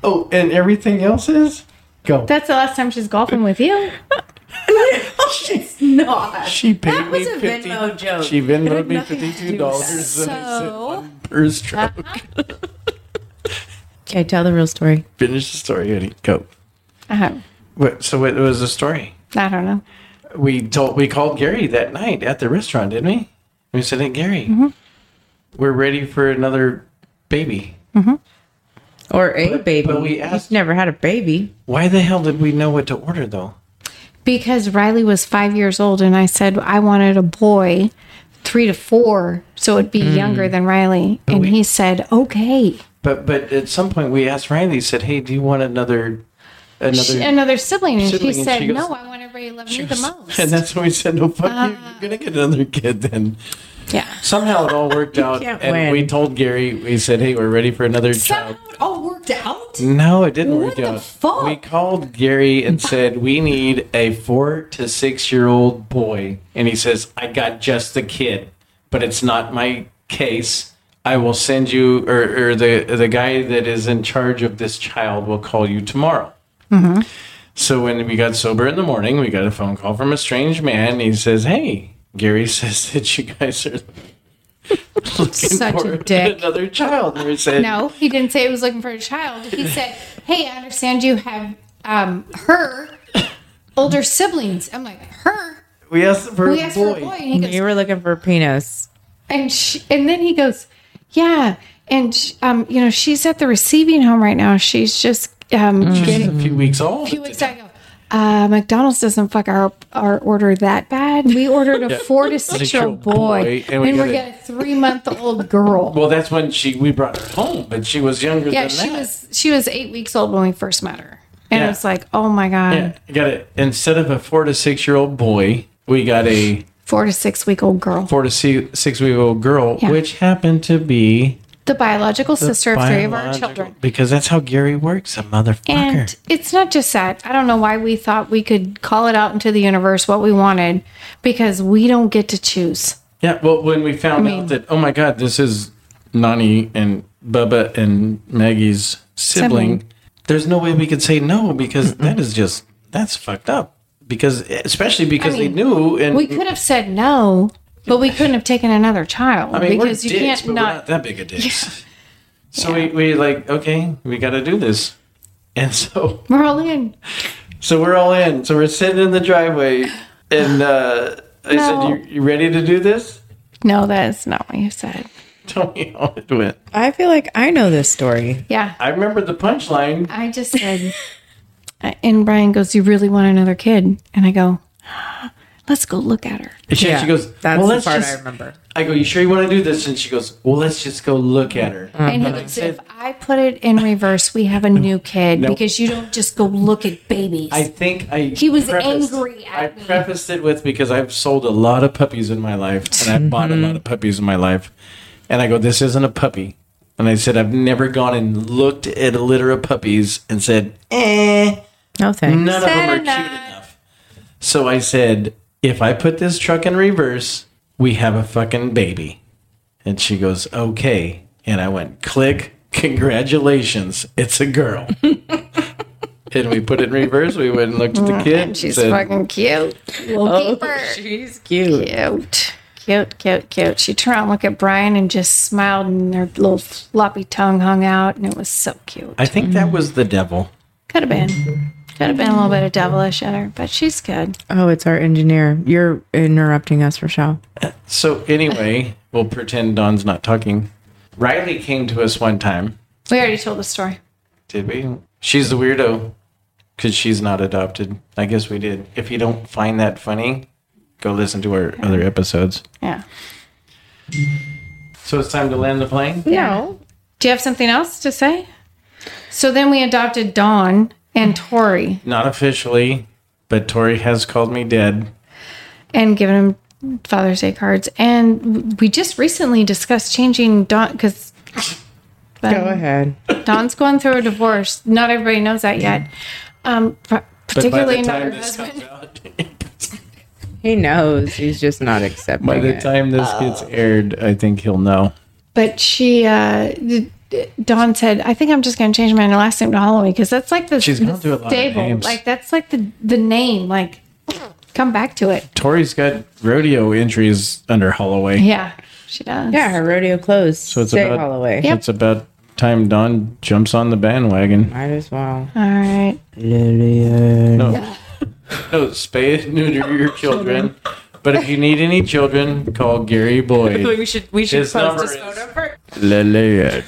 Speaker 1: Oh, and everything else is? Go.
Speaker 3: That's the last time she's golfing with you.
Speaker 2: it's not.
Speaker 1: she paid
Speaker 2: that was
Speaker 1: me
Speaker 2: a
Speaker 1: 50,
Speaker 2: Venmo joke.
Speaker 1: She
Speaker 2: It
Speaker 1: Venmoed
Speaker 2: had
Speaker 1: me
Speaker 2: nothing to
Speaker 1: fifty-two
Speaker 2: do with
Speaker 1: dollars
Speaker 2: that.
Speaker 1: and I said
Speaker 3: So
Speaker 1: per stroke.
Speaker 2: Okay, tell the real story.
Speaker 1: Finish the story, Eddie. Go.
Speaker 3: uh,
Speaker 1: What, so what was the story?
Speaker 3: I don't know.
Speaker 1: We told we called Gary that night at the restaurant, didn't we? We said, "Hey, Gary,
Speaker 2: Mm-hmm.
Speaker 1: we're ready for another baby."
Speaker 2: Or a baby.
Speaker 1: but we asked-
Speaker 2: You've never had a baby.
Speaker 1: Why the hell did we know what to order though?
Speaker 3: Because Riley was five years old, and I said I wanted a boy, three to four, so it'd be
Speaker 1: Hmm.
Speaker 3: younger than Riley.
Speaker 1: Oh,
Speaker 3: And he said, okay,
Speaker 1: But but at some point we asked Riley, said, "Hey, do you want another another?"
Speaker 3: She- another sibling. And
Speaker 1: Sibling, and
Speaker 3: she said,
Speaker 1: she goes-
Speaker 3: no, I want everybody to love me the most.
Speaker 1: and that's when we said, "No, fuck you. You're gonna get another kid." Then
Speaker 3: yeah.
Speaker 1: somehow it all worked out,
Speaker 2: can't
Speaker 1: and
Speaker 2: win.
Speaker 1: we told Gary, we said, "Hey, we're ready for another child."
Speaker 4: Somehow it all worked out.
Speaker 1: No, it didn't
Speaker 4: What
Speaker 1: work
Speaker 4: the
Speaker 1: out.
Speaker 4: fuck?
Speaker 1: We called Gary and said, "We need a four to six year old boy," and he says, "I got just the kid, but it's not my case." I will send you, or, or the the guy that is in charge of this child will call you tomorrow. So when we got sober in the morning, we got a phone call from a strange man. He says, "Hey, Gary says that you guys are looking
Speaker 3: Such
Speaker 1: for
Speaker 3: a dick.
Speaker 1: another child. And we said,
Speaker 3: No, he didn't say it was looking for a child. He said, "Hey, I understand you have um, her older siblings." I'm like, "Her?"
Speaker 1: we asked for
Speaker 3: We
Speaker 1: a
Speaker 3: asked
Speaker 1: boy.
Speaker 3: for a boy, and he goes,
Speaker 2: You were looking for penis.
Speaker 3: and she, and then he goes, "Yeah." And sh um, you know, she's at the receiving home right now. She's just um,
Speaker 1: She's
Speaker 3: getting
Speaker 1: a few weeks old.
Speaker 3: few weeks. I go, uh, McDonald's doesn't fuck our our order that bad. We ordered a four to six year
Speaker 1: Six-year-old
Speaker 3: old
Speaker 1: boy,
Speaker 3: boy,
Speaker 1: and
Speaker 3: and
Speaker 1: we
Speaker 3: we
Speaker 1: got a-
Speaker 3: got a three month old girl.
Speaker 1: Well, that's when she we brought her home, but she was younger
Speaker 3: yeah,
Speaker 1: than
Speaker 3: she
Speaker 1: that.
Speaker 3: was she was eight weeks old when we first met her, and
Speaker 1: Yeah.
Speaker 3: it was like, oh my god,
Speaker 1: yeah, you got it. Instead of a four to six year old boy, we got a
Speaker 3: four to six week old girl,
Speaker 1: four to six week old girl,
Speaker 3: Yeah.
Speaker 1: which happened to be
Speaker 3: the biological sister of three of our
Speaker 1: biological-
Speaker 3: children.
Speaker 1: Because that's how Gary works, a motherfucker.
Speaker 3: And it's not just that. I don't know why we thought we could call it out into the universe what we wanted because we don't get to choose.
Speaker 1: Yeah, well, when we found out that, oh my God, this is Nani and Bubba and Maggie's sibling,
Speaker 3: Sibling.
Speaker 1: there's no way we could say no because that is just, that's fucked up. Because, especially because
Speaker 3: mean,
Speaker 1: they knew. And
Speaker 3: We could have said no, but we couldn't have taken another child
Speaker 1: I mean,
Speaker 3: because
Speaker 1: we're
Speaker 3: you
Speaker 1: dicks,
Speaker 3: can't
Speaker 1: but we're
Speaker 3: not.
Speaker 1: not that big a dicks. So we, we like, okay, we got to do this. And so,
Speaker 3: We're all in.
Speaker 1: so we're all in. So we're sitting in the driveway and uh, I
Speaker 3: No.
Speaker 1: said, you, you ready to do this?
Speaker 3: No, that's not what you said.
Speaker 1: Tell me how it went.
Speaker 2: I feel like I know this story.
Speaker 3: Yeah,
Speaker 1: I remember the punchline.
Speaker 3: I just said. Uh, and Brian goes, "You really want another kid?" And I go, "Let's go look at her."
Speaker 1: She, she goes,
Speaker 2: that's
Speaker 1: well,
Speaker 2: the
Speaker 1: let's
Speaker 2: part
Speaker 1: just-
Speaker 2: I remember.
Speaker 1: I go, you sure you want to do this? And she goes, well, let's just go look at her.
Speaker 3: And he goes, "If I put it in reverse, we have a new kid because you don't just go look at babies."
Speaker 1: I think I.
Speaker 3: He was angry at
Speaker 1: I
Speaker 3: me.
Speaker 1: prefaced it with because I've sold a lot of puppies in my life, and I've bought a lot of puppies in my life, and I go, this isn't a puppy. And I said, I've never gone and looked at a litter of puppies and said, eh,
Speaker 2: No thanks.
Speaker 1: none of them
Speaker 3: Fair
Speaker 1: are cute
Speaker 3: enough.
Speaker 1: enough. So I said, if I put this truck in reverse, we have a fucking baby. And she goes, okay. And I went, click, congratulations, it's a girl. and we put it in reverse. We went and looked at the kid.
Speaker 3: Mm, She's
Speaker 1: said,
Speaker 3: fucking cute. We'll keep her.
Speaker 2: she's cute.
Speaker 3: Cute. Cute, cute, cute. She turned around and looked at Brian and just smiled, and her little floppy tongue hung out, and it was so cute.
Speaker 1: I think
Speaker 3: Mm.
Speaker 1: that was the devil.
Speaker 3: Could have been. Could have been a little bit of devilish in her, but she's good.
Speaker 2: Oh, it's our engineer. You're interrupting us, Rochelle.
Speaker 1: So anyway, we'll pretend Don's not talking. Riley came to us one time.
Speaker 3: We already told the story.
Speaker 1: Did we? Mm-hmm. She's the weirdo because she's not adopted. I guess we did. If you don't find that funny, go listen to our other episodes.
Speaker 3: Yeah.
Speaker 1: So it's time to land the plane.
Speaker 2: No.
Speaker 3: Do you have something else to say? So then we adopted Dawn and Tori
Speaker 1: Not officially, but Tori has called me dead.
Speaker 3: and given him Father's Day cards. And w- we just recently discussed changing Dawn because.
Speaker 2: Go ahead.
Speaker 3: Don's going through a divorce. Not everybody knows that yet. Um, p-
Speaker 1: But by
Speaker 3: particularly
Speaker 1: the
Speaker 3: not her
Speaker 1: time this
Speaker 3: husband.
Speaker 1: comes out,
Speaker 2: He knows. He's just not accepting
Speaker 1: by the
Speaker 2: it.
Speaker 1: time this gets aired, I think he'll know.
Speaker 3: But she, uh, d- d- Dawn said, "I think I'm just going to change my last name to Holloway because that's like the,
Speaker 1: She's
Speaker 3: the
Speaker 1: gone through a lot of names.
Speaker 3: Like that's like the the name. Like come back to it.
Speaker 1: Tori's got rodeo entries under Holloway.
Speaker 3: Yeah, she does.
Speaker 2: Yeah, her rodeo clothes. So
Speaker 1: it's
Speaker 2: Stay
Speaker 1: about-
Speaker 2: Holloway.
Speaker 3: Yep.
Speaker 1: It's about time Don jumps on the bandwagon.
Speaker 2: Might as well.
Speaker 3: All right.
Speaker 2: Lillian.
Speaker 1: No. no, spay and neuter your children. But if you need any children, call Gary Boyd.
Speaker 2: should we
Speaker 1: His number is Lillian.